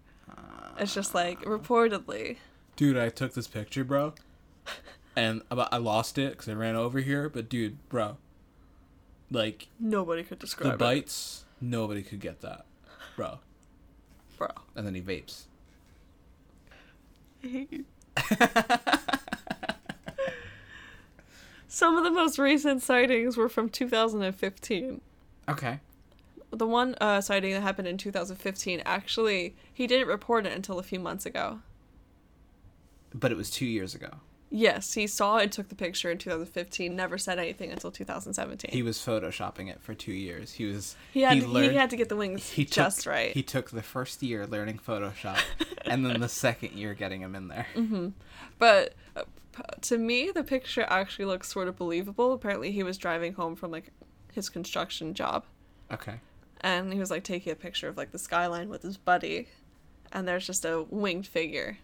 Speaker 2: It's just like reportedly.
Speaker 1: dude, I took this picture, bro. [LAUGHS] and about, I lost it because I ran over here. But dude, bro, like
Speaker 2: Nobody could
Speaker 1: the
Speaker 2: describe it,
Speaker 1: bites, nobody could get that, bro.
Speaker 2: bro.
Speaker 1: And then he vapes.
Speaker 2: I hate you. Some of the most recent sightings were from 2015.
Speaker 1: Okay.
Speaker 2: The one uh, sighting that happened in 2015, actually, he didn't report it until a few months ago.
Speaker 1: But it was two years ago.
Speaker 2: Yes, he saw and took the picture in 2015, never said anything until 2017.
Speaker 1: He was photoshopping it for two years. He was.
Speaker 2: He had
Speaker 1: He
Speaker 2: he,
Speaker 1: learned.
Speaker 2: had to get the wings
Speaker 1: he took,
Speaker 2: just right.
Speaker 1: He took the first year learning Photoshop,
Speaker 2: [LAUGHS]
Speaker 1: and then the second year getting him in there.
Speaker 2: Mm-hmm. But uh, p- to me, the picture actually looks sort of believable. Apparently, he was driving home from like his construction job,
Speaker 1: Okay.
Speaker 2: and he was like taking a picture of like the skyline with his buddy, and there's just a winged figure.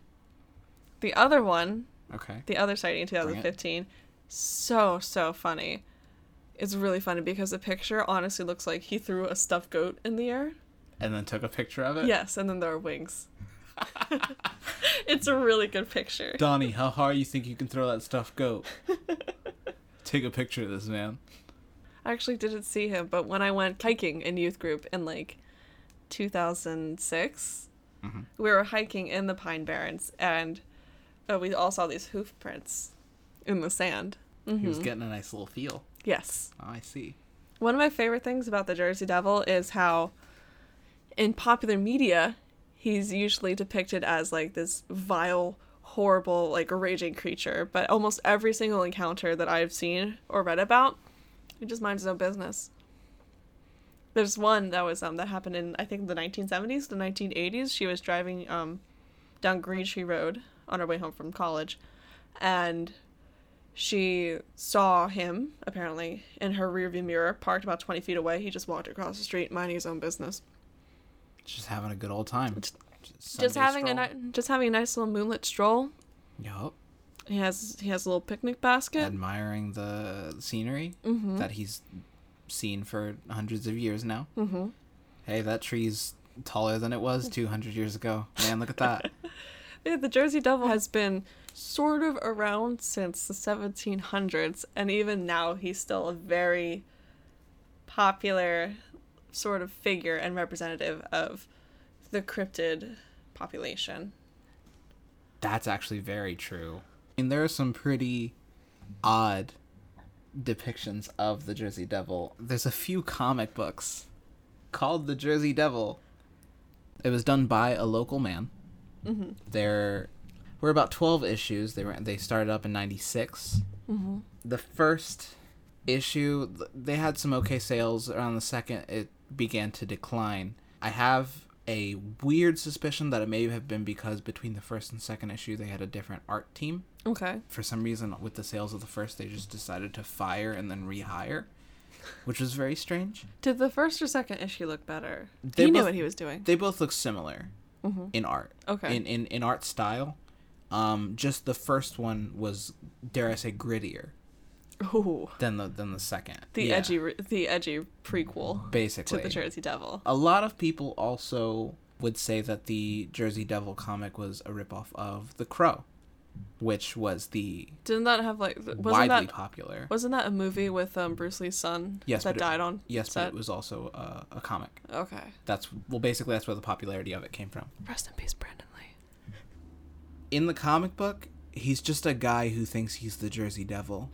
Speaker 2: The other one,
Speaker 1: Okay.
Speaker 2: the other sighting in
Speaker 1: it.
Speaker 2: 2015, so so funny. It's really funny because the picture honestly looks like he threw a stuffed goat in the air.
Speaker 1: And then took a picture of it.
Speaker 2: Yes, and then there are wings. [LAUGHS] it's a really good picture.
Speaker 1: Donnie, how hard you think you can throw that stuff?
Speaker 2: [LAUGHS]
Speaker 1: Go. Take a picture of this man.
Speaker 2: I actually didn't see him, but when I went hiking in youth group in like 2006,
Speaker 1: Mhm.
Speaker 2: we were hiking in the Pine Barrens and uh, we all saw these hoof prints in the sand.
Speaker 1: He
Speaker 2: Mm-hmm.
Speaker 1: was getting a nice little feel.
Speaker 2: Yes.
Speaker 1: Oh, I see.
Speaker 2: One of my favorite things about the Jersey Devil is how in popular media, he's usually depicted as like this vile, horrible, like raging creature, but almost every single encounter that I've seen or read about, he just minds his own business. There's one that was um that happened in I think the 1970s, the 1980s. She was driving um down Green Tree Road on her way home from college and she saw him apparently in her rearview mirror parked about 20 feet away he just walked across the street minding his own business
Speaker 1: Just having a good old time. Just,
Speaker 2: just having a ni- just having a nice little moonlit stroll.
Speaker 1: Yup.
Speaker 2: He has he has a little picnic basket.
Speaker 1: Admiring the scenery
Speaker 2: Mm-hmm.
Speaker 1: that he's seen for hundreds of years now. Mm-hmm. Hey, that tree's taller than it
Speaker 2: Mm.
Speaker 1: was 200 years ago. Man, look at that.
Speaker 2: Yeah, the Jersey Devil has been sort of around since the 1700s, and even now he's still a very popular sort of figure and representative of the cryptid population.
Speaker 1: That's actually very true. I mean, there are some pretty odd depictions of the Jersey Devil. There's a few comic books called The Jersey Devil. It was done by a local man. Mm-hmm. There were about 12 issues. They were they started up in 96. The first issue, th- they had some okay sales. Around the second, it began to decline. I have a weird suspicion that it may have been because between the first and second issue, they had a different art team.
Speaker 2: Okay.
Speaker 1: For some reason, with the sales of the first, they just decided to fire and then rehire, which was very strange.
Speaker 2: Did the first or second issue look better?
Speaker 1: They
Speaker 2: he knew
Speaker 1: both-
Speaker 2: what he was doing.
Speaker 1: They both look similar in art.
Speaker 2: Mm-hmm. Okay.
Speaker 1: In, in in art style, um, just the first one was dare I say grittier
Speaker 2: Ooh.
Speaker 1: than the than the second.
Speaker 2: The
Speaker 1: Yeah,
Speaker 2: edgy re- the edgy prequel to
Speaker 1: basically.
Speaker 2: the Jersey Devil.
Speaker 1: a lot of people also would say that the Jersey Devil comic was a ripoff of The Crow, which was the
Speaker 2: Didn't that have like th- wasn't
Speaker 1: widely
Speaker 2: that
Speaker 1: popular.
Speaker 2: wasn't that a movie with um Bruce Lee's son
Speaker 1: Yes,
Speaker 2: that
Speaker 1: but it-
Speaker 2: died on
Speaker 1: yes, but
Speaker 2: set?
Speaker 1: it was also uh, a comic.
Speaker 2: Okay.
Speaker 1: That's well, basically that's where the popularity of it came from.
Speaker 2: Rest in peace, Brandon Lee.
Speaker 1: in the comic book, he's just a guy who thinks he's the Jersey
Speaker 2: [LAUGHS]
Speaker 1: Devil.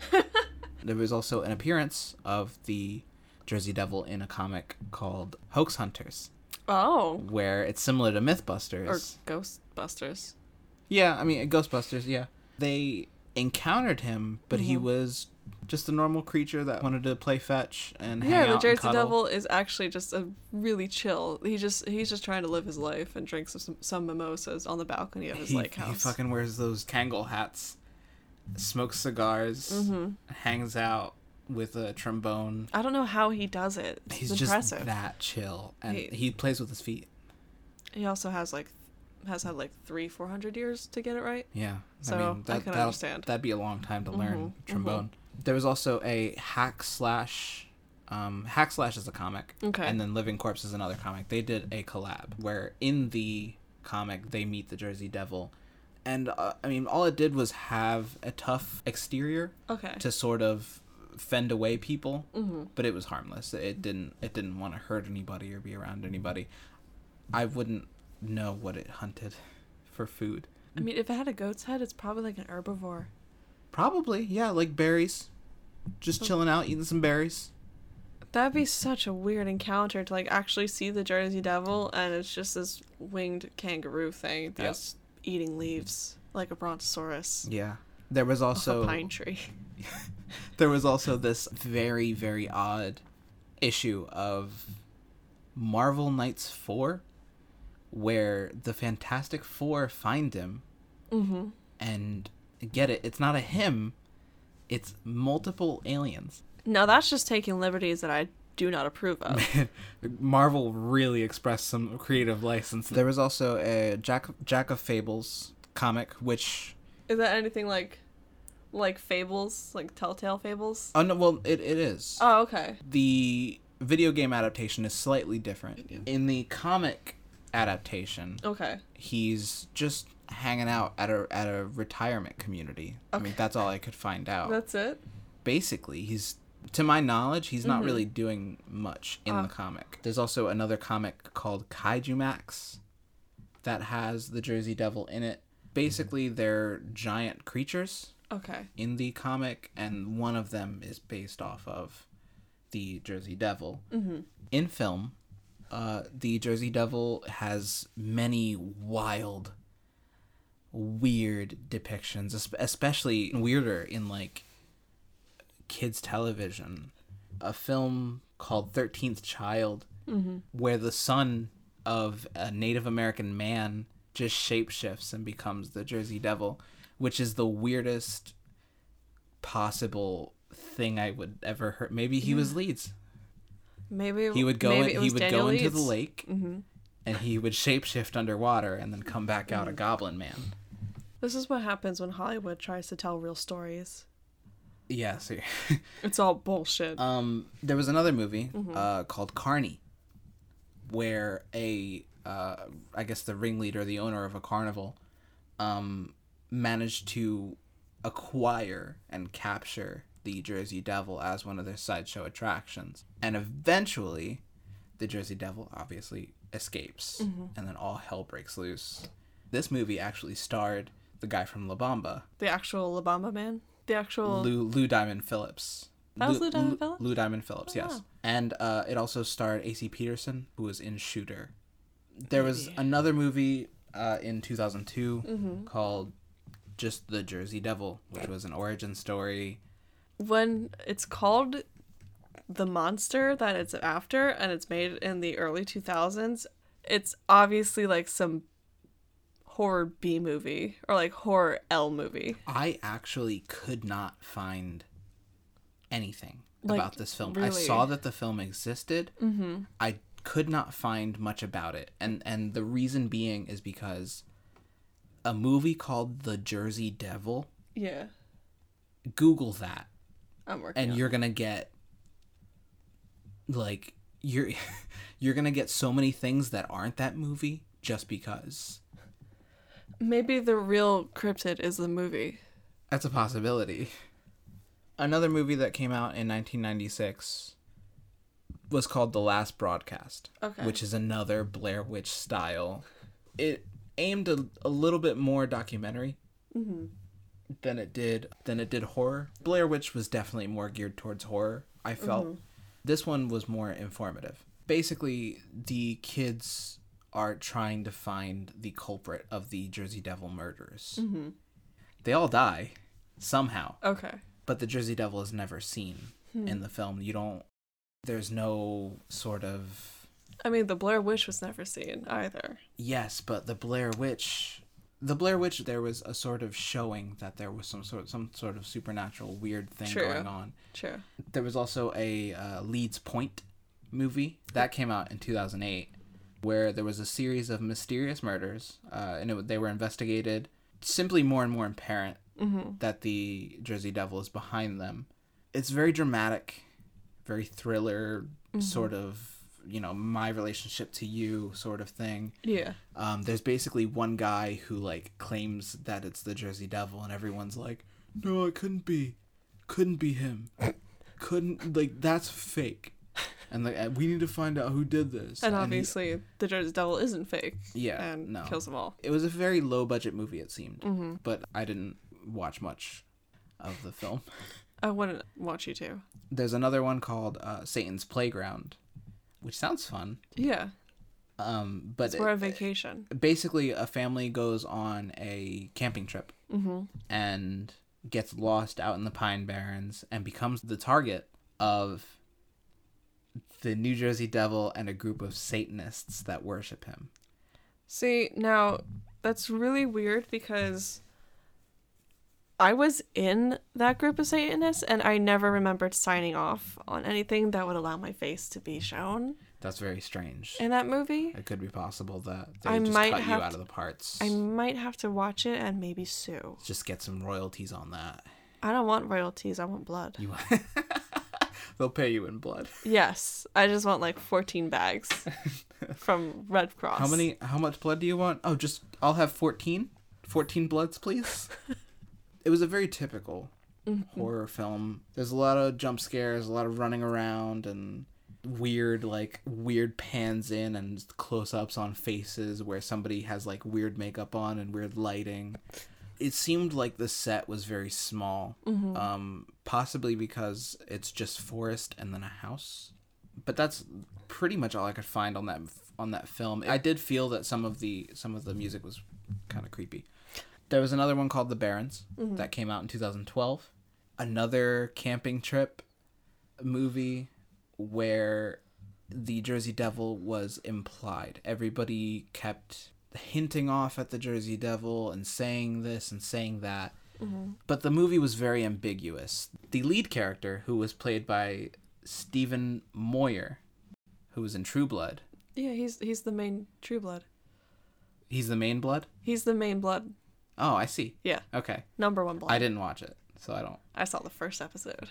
Speaker 1: there was also an appearance of the Jersey Devil in a comic called Hoax Hunters,
Speaker 2: Oh,
Speaker 1: where it's similar to
Speaker 2: or
Speaker 1: Mythbusters.
Speaker 2: Ghostbusters.
Speaker 1: Yeah, I mean Ghostbusters, yeah. They encountered him, but he
Speaker 2: Mm-hmm.
Speaker 1: was just a normal creature that wanted to play fetch and hang
Speaker 2: Yeah,
Speaker 1: out
Speaker 2: the
Speaker 1: and
Speaker 2: Jersey
Speaker 1: cuddle.
Speaker 2: Devil is actually just a really chill. He just he's just trying to live his life and drinks some, some mimosas on the balcony of his
Speaker 1: He,
Speaker 2: lake
Speaker 1: he
Speaker 2: house.
Speaker 1: fucking wears those Kangol hats, smokes cigars,
Speaker 2: Mm-hmm.
Speaker 1: hangs out with a trombone.
Speaker 2: I don't know how he does it. It's
Speaker 1: He's
Speaker 2: impressive.
Speaker 1: just that chill, and
Speaker 2: He-
Speaker 1: he, plays with his feet.
Speaker 2: He also has like has had like three four hundred years to get it right.
Speaker 1: Yeah,
Speaker 2: So, I can
Speaker 1: that'll-
Speaker 2: understand. Mm-hmm,
Speaker 1: That'd be a long time to learn trombone. There was also a hack slash. Um, hack slash is a comic,
Speaker 2: Okay.
Speaker 1: and then Living Corpse is another comic. They did a collab where in the comic they meet the Jersey Devil, and uh, I mean, all it did was have a tough exterior
Speaker 2: Okay. Mm-hmm.
Speaker 1: to sort of fend away people, but it was harmless. It didn't it didn't want to hurt anybody or be around anybody. I wouldn't know what it hunted for food.
Speaker 2: I mean, if it had a goat's head, it's probably like an herbivore.
Speaker 1: Probably, yeah, like berries. Just chilling out, eating some berries.
Speaker 2: That'd be such a weird encounter to like actually see the Jersey Devil and it's just this winged kangaroo thing that's eating leaves like a brontosaurus
Speaker 1: Yeah. There was
Speaker 2: off a
Speaker 1: also
Speaker 2: pine tree. [LAUGHS]
Speaker 1: there was also this very very odd issue of Marvel Knights 4 where the Fantastic 4 find him
Speaker 2: Mhm.
Speaker 1: and get it it's not a him it's multiple aliens
Speaker 2: Now that's just taking liberties that I do not approve of.
Speaker 1: [LAUGHS] marvel really expressed some creative license there was also a jack jack of fables comic which
Speaker 2: Is that anything like like fables, like telltale fables?
Speaker 1: oh no well it, it is
Speaker 2: Oh, okay.
Speaker 1: the video game adaptation is slightly different in the comic adaptation
Speaker 2: Okay.
Speaker 1: he's just hanging out at a at a retirement community i mean
Speaker 2: Okay.
Speaker 1: that's all i could find out
Speaker 2: That's it.
Speaker 1: basically he's to my knowledge he's
Speaker 2: Mm-hmm.
Speaker 1: not really doing much in
Speaker 2: Ah.
Speaker 1: the comic there's also another comic called kaiju max that has the jersey devil in it basically they're giant creatures
Speaker 2: Okay.
Speaker 1: in the comic and one of them is based off of the jersey devil mm-hmm. in film uh, the jersey devil has many wild weird depictions es- especially weirder in like kids television a film called 13th child where the son of a native american man just shapeshifts and becomes the jersey devil which is the weirdest possible thing i would ever hear maybe he was leeds
Speaker 2: Maybe it-
Speaker 1: he would go
Speaker 2: Mm. maybe
Speaker 1: in,
Speaker 2: it
Speaker 1: he
Speaker 2: was
Speaker 1: would
Speaker 2: Daniel
Speaker 1: go into the
Speaker 2: Leeds. Mm-hmm.
Speaker 1: lake and he would shapeshift underwater and then come back out a
Speaker 2: Mm-hmm.
Speaker 1: goblin man
Speaker 2: This is what happens when Hollywood tries to tell real stories.
Speaker 1: yeah so
Speaker 2: It's all bullshit.
Speaker 1: um there was another movie uh called carney where a uh i guess the ringleader the owner of a carnival um managed to acquire and capture the jersey devil as one of their sideshow attractions and eventually the jersey devil obviously escapes and then all hell breaks loose this movie actually starred the guy from la bamba
Speaker 2: the actual La Bamba man. The actual
Speaker 1: Lou Lou Diamond Phillips.
Speaker 2: That was Lou Diamond Phillips? Oh,
Speaker 1: Lou Diamond Phillips, yes. And uh, it also starred AC Peterson, who was in Shooter. There was another movie uh, in 2002
Speaker 2: Mm-hmm.
Speaker 1: called just The Jersey Devil, which was an origin story.
Speaker 2: when it's called the monster that it's after and it's made in the early 2000s it's obviously like some horror b movie or like horror l movie
Speaker 1: I actually could not find anything
Speaker 2: Like,
Speaker 1: about this film. I
Speaker 2: really?
Speaker 1: saw that the film existed. Mm-hmm. I could not find much about it, and and the reason being is because a movie called The Jersey Devil.
Speaker 2: yeah
Speaker 1: Google that,
Speaker 2: i'm working
Speaker 1: and
Speaker 2: on
Speaker 1: you're gonna get like you're [LAUGHS] you're gonna get so many things that aren't that movie just because.
Speaker 2: maybe the real cryptid is the movie
Speaker 1: That's a possibility. Another movie that came out in 1996 was called The Last Broadcast,
Speaker 2: Okay.
Speaker 1: which is another Blair Witch style. It aimed a, a little bit more documentary
Speaker 2: Mm-hmm.
Speaker 1: than it did than it did horror. Blair Witch was definitely more geared towards horror. I felt this one was more informative. Basically, the kids are trying to find the culprit of the Jersey Devil murders
Speaker 2: Mm. Mm-hmm.
Speaker 1: they all die somehow
Speaker 2: okay
Speaker 1: but the jersey devil is never seen
Speaker 2: Hmm.
Speaker 1: in the film you don't there's no sort of
Speaker 2: i mean the blair witch was never seen either
Speaker 1: yes but the blair witch the blair witch there was a sort of showing that there was some sort some sort of supernatural weird thing
Speaker 2: True.
Speaker 1: going on
Speaker 2: true
Speaker 1: there was also a uh, leeds point movie that came out in 2008 where there was a series of mysterious murders uh, and it, wa- they were investigated simply more and more apparent
Speaker 2: Mm-hmm.
Speaker 1: that the jersey devil is
Speaker 2: Mm-hmm.
Speaker 1: behind them it's very dramatic very thriller sort of you know my relationship to you sort of thing
Speaker 2: Yeah.
Speaker 1: um, there's basically one guy who like claims that it's the Jersey Devil, and everyone's like, "No, it couldn't be, couldn't be him, couldn't like that's fake." And like uh, we need to find out who did this.
Speaker 2: And
Speaker 1: he-
Speaker 2: obviously, the Jersey Devil isn't fake.
Speaker 1: yeah,
Speaker 2: and
Speaker 1: no,
Speaker 2: kills Mm-hmm. them all.
Speaker 1: it was a very low budget movie. It seemed, but I didn't watch much of the film.
Speaker 2: I wouldn't want you to.
Speaker 1: There's another one called uh, Satan's Playground, which sounds fun.
Speaker 2: Yeah.
Speaker 1: Um, but
Speaker 2: We're
Speaker 1: it-
Speaker 2: on vacation.
Speaker 1: basically a family goes on a camping trip
Speaker 2: Mm-hmm.
Speaker 1: and gets lost out in the pine barrens and becomes the target of the New Jersey Devil and a group of Satanists that worship him.
Speaker 2: See, now that's really weird because I was in that group of Satanists and I never remembered signing off on anything that would allow my face to be shown
Speaker 1: That's very strange.
Speaker 2: in that movie.
Speaker 1: it could be possible that they
Speaker 2: I
Speaker 1: just
Speaker 2: might
Speaker 1: cut you
Speaker 2: have
Speaker 1: out
Speaker 2: to-
Speaker 1: of the parts.
Speaker 2: I might have to watch it and maybe sue.
Speaker 1: Just get some royalties on that.
Speaker 2: I don't want royalties, I want blood.
Speaker 1: You [LAUGHS] They'll pay you in blood.
Speaker 2: Yes, I just want like 14 bags
Speaker 1: [LAUGHS]
Speaker 2: from Red Cross.
Speaker 1: How many how much blood do you want? Oh, just I'll have 14. 14 bloods, please. it was a very typical horror film. There's a lot of jump scares, a lot of running around and weird like weird pans in and close-ups on faces where somebody has like weird makeup on and weird lighting. It seemed like the set was very small. Um possibly because it's just forest and then a house but that's pretty much all I could find on that on that film. I did feel that some of the some of the music was kind of creepy. There was another one called The Barons that came out in 2012. Another camping trip movie where the Jersey Devil was implied. Everybody kept hinting off at the Jersey Devil and saying this and saying that. But the movie was very ambiguous. The lead character, who was played by Stephen Moyer, who was in True Blood,
Speaker 2: Yeah, he's he's the main True Blood.
Speaker 1: he's the main blood.
Speaker 2: He's the main blood.
Speaker 1: Oh, I see.
Speaker 2: Yeah,
Speaker 1: Okay.
Speaker 2: number one blood.
Speaker 1: I didn't watch it, so I don't.
Speaker 2: I saw the first episode.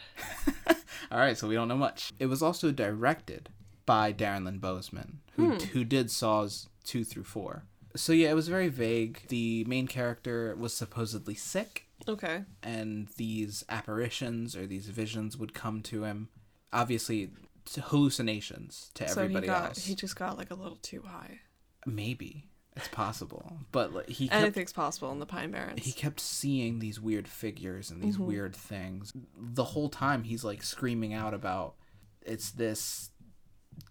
Speaker 1: All right, so we don't know much. It was also directed by Darren Lynn Bozeman, who, who did Saws 2 through 4. So yeah, it was very vague. The main character was supposedly sick,
Speaker 2: Okay.
Speaker 1: and these apparitions or these visions would come to him. Obviously, t- hallucinations to everybody
Speaker 2: so he got
Speaker 1: else.
Speaker 2: he just got like a little too high.
Speaker 1: Maybe it's possible, but like, he kept
Speaker 2: Anything's possible in the Pine Barrens.
Speaker 1: he kept seeing these weird figures and
Speaker 2: Mm-hmm.
Speaker 1: these weird things the whole time he's like screaming out about it's this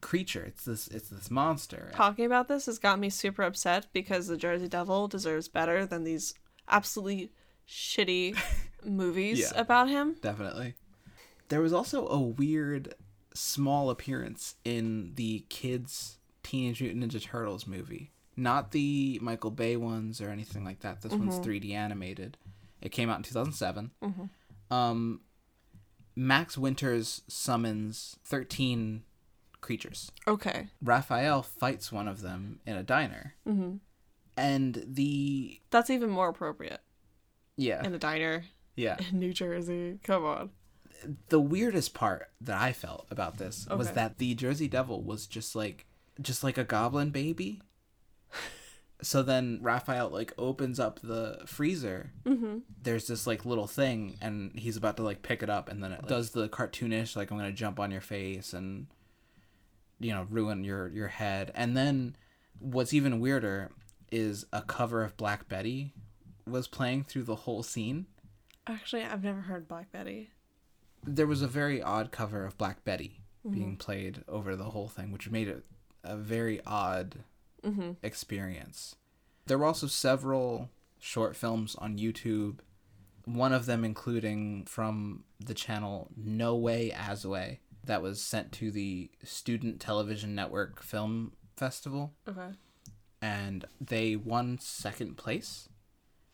Speaker 1: creature it's this it's this monster
Speaker 2: Talking about this has got me super upset because the Jersey Devil deserves better than these absolutely
Speaker 1: [LAUGHS]
Speaker 2: shitty movies
Speaker 1: Yeah.
Speaker 2: about him.
Speaker 1: definitely there was also a weird small appearance in the kids teenage mutant ninja turtles movie not the michael bay ones or anything like that this one's 3d animated it came out in 2007 um max winters summons 13 creatures
Speaker 2: Okay.
Speaker 1: Raphael fights one of them in a diner. Mm-hmm. And the
Speaker 2: That's even more appropriate.
Speaker 1: yeah,
Speaker 2: In a diner
Speaker 1: yeah.
Speaker 2: in New Jersey. Come on.
Speaker 1: The weirdest part that I felt about this was
Speaker 2: Okay.
Speaker 1: that the Jersey Devil was just like just like a goblin baby. so then Raphael like opens up the freezer. Mm-hmm. There's this like little thing, and he's about to like pick it up, and then it like, does the cartoonish like I'm gonna jump on your face and you know ruin your your head. And then what's even weirder is a cover of Black Betty was playing through the whole scene.
Speaker 2: Actually, I've never heard Black Betty.
Speaker 1: there was a very odd cover of Black Betty being played over the whole thing, which made it a very odd experience. There were also several short films on YouTube, one of them including from the channel No Way Asway that was sent to the Student Television Network Film Festival,
Speaker 2: Okay.
Speaker 1: and they won second place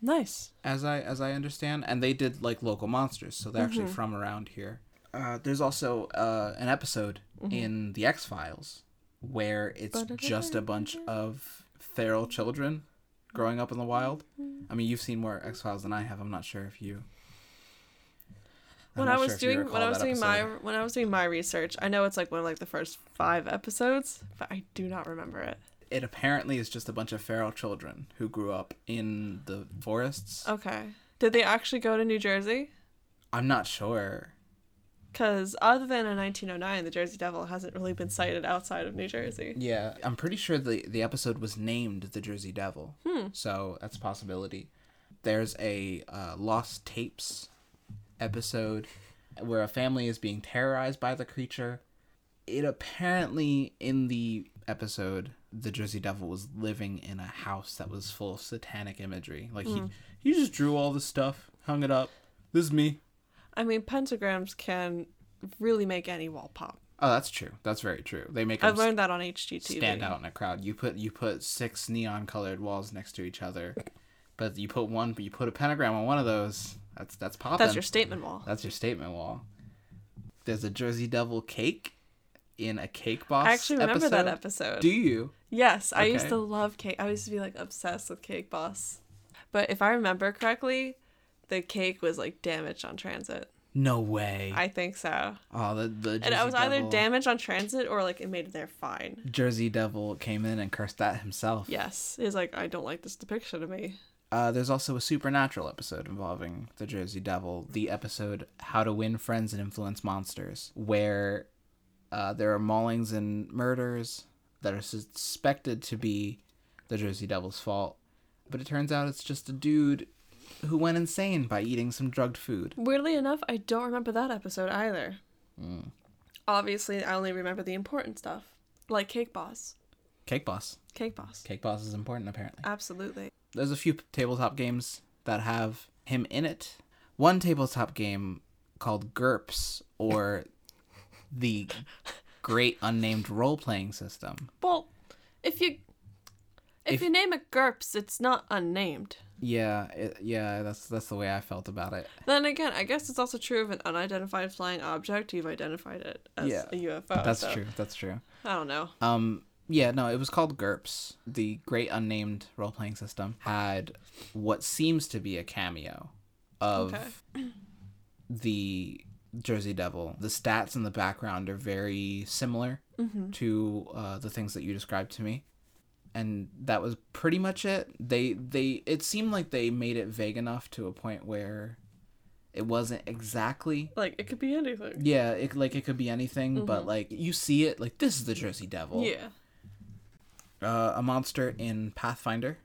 Speaker 2: Nice.
Speaker 1: as I as I understand, and they did like local monsters, so they're
Speaker 2: Mm-hmm.
Speaker 1: actually from around here. Uh, there's also uh, an episode
Speaker 2: Mm-hmm.
Speaker 1: in the X Files where it's just a bunch of feral children growing up in the wild. I mean, you've seen more X Files than I have. I'm not sure if you.
Speaker 2: when
Speaker 1: not
Speaker 2: I
Speaker 1: sure
Speaker 2: was
Speaker 1: if you
Speaker 2: doing
Speaker 1: recall
Speaker 2: when I was
Speaker 1: that
Speaker 2: doing my
Speaker 1: episode.
Speaker 2: when I was doing my research, I know it's like one of like the first five episodes, but I do not remember it.
Speaker 1: It apparently is just a bunch of feral children who grew up in the forests.
Speaker 2: Okay, did they actually go to New Jersey?
Speaker 1: I'm not sure.
Speaker 2: Because other than in 1909, the Jersey Devil hasn't really been sighted outside of New Jersey.
Speaker 1: Yeah, I'm pretty sure the the episode was named the Jersey Devil. So that's a possibility. There's a uh, lost tapes episode where a family is being terrorized by the creature. It apparently in the episode the Jersey Devil was living in a house that was full of satanic imagery. Like he he just drew all this stuff, hung it up. This is me.
Speaker 2: I mean, pentagrams can really make any wall pop.
Speaker 1: Oh, that's true. That's very true. They make
Speaker 2: I've
Speaker 1: him
Speaker 2: learned that on HGTV.
Speaker 1: stand out in a crowd. You put you put six neon colored walls next to each other, but you put one you put a pentagram on one of those. That's that's popping.
Speaker 2: That's your statement wall.
Speaker 1: That's your statement wall. There's a Jersey Devil cake in a cake box.
Speaker 2: I actually remember that episode.
Speaker 1: Do you?
Speaker 2: Yes, I used
Speaker 1: Okay.
Speaker 2: to love cake. I used to be like obsessed with Cake Boss. But if I remember correctly, the cake was like damaged on transit.
Speaker 1: No way.
Speaker 2: I think so.
Speaker 1: oh, the the Jersey
Speaker 2: And it was either
Speaker 1: Devil-
Speaker 2: damaged on transit or like it made it there fine.
Speaker 1: Jersey Devil came in and cursed that himself.
Speaker 2: Yes. He's like, I don't like this depiction of me.
Speaker 1: Uh, there's also a supernatural episode involving the Jersey Devil, the episode How to Win Friends and Influence Monsters, where uh, there are maulings and murders that are suspected to be the Jersey Devil's fault. But it turns out it's just a dude who went insane by eating some drugged food.
Speaker 2: Weirdly enough, I don't remember that episode either.
Speaker 1: Hmm.
Speaker 2: Obviously, I only remember the important stuff, like Cake Boss.
Speaker 1: Cake Boss.
Speaker 2: Cake Boss.
Speaker 1: Cake Boss is important, apparently.
Speaker 2: Absolutely.
Speaker 1: there's a few tabletop games that have him in it. One tabletop game called GURPS or the Great Unnamed Role Playing System.
Speaker 2: Well, if you if,
Speaker 1: If-
Speaker 2: you name it GURPS, it's not unnamed.
Speaker 1: Yeah, it, yeah, that's that's the way I felt about it.
Speaker 2: Then again, I guess it's also true of an unidentified flying object. You've identified it as
Speaker 1: Yeah,
Speaker 2: a UFO.
Speaker 1: that's
Speaker 2: Oh, so
Speaker 1: true. That's true.
Speaker 2: I don't know.
Speaker 1: Um, yeah, no, it was called GURPS. The Great Unnamed Role Playing System had what seems to be a cameo of
Speaker 2: Okay.
Speaker 1: the Jersey Devil. The stats in the background are very similar to uh, the things that you described to me, and that was pretty much it. They they it seemed like they made it vague enough to a point where it wasn't exactly
Speaker 2: Like it could be anything.
Speaker 1: yeah it, like it could be anything but like you see it like this is the jersey devil
Speaker 2: Yeah.
Speaker 1: uh, a monster in Pathfinder.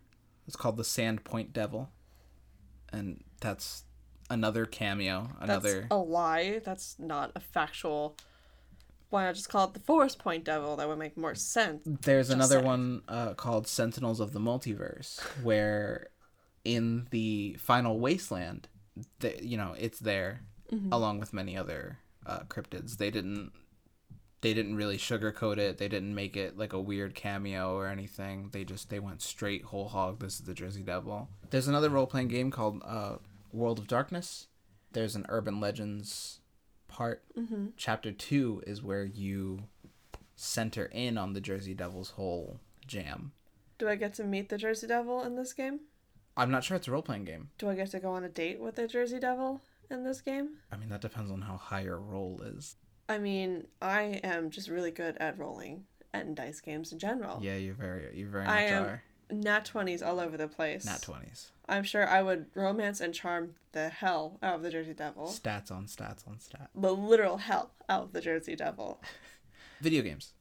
Speaker 1: It's called the Sandpoint Devil, and that's another cameo. Another
Speaker 2: That's a lie. That's not a factual. Why not just call it the Forest Point Devil? That would make more sense.
Speaker 1: there's another
Speaker 2: saying.
Speaker 1: one uh, called Sentinels of the Multiverse, where in the final wasteland, the, you know it's there along with many other uh, cryptids. They didn't they didn't really sugarcoat it. They didn't make it like a weird cameo or anything. They just they went straight whole hog. This is the Jersey Devil. There's another role playing game called uh, World of Darkness. There's an urban legends part. Chapter two is where you center in on the Jersey Devil's whole jam.
Speaker 2: Do I get to meet the Jersey Devil in this game?
Speaker 1: I'm not sure it's a role playing game.
Speaker 2: Do I get to go on a date with the Jersey Devil in this game?
Speaker 1: I mean that depends on how high your role is.
Speaker 2: I mean, I am just really good at rolling and dice games in general.
Speaker 1: Yeah, you very you very much
Speaker 2: I am-
Speaker 1: are.
Speaker 2: Nat 20s all over the place.
Speaker 1: Nat twenties.
Speaker 2: I'm sure I would romance and charm the hell out of the Jersey Devil.
Speaker 1: Stats on stats on stats.
Speaker 2: The literal hell out of the Jersey Devil.
Speaker 1: video games.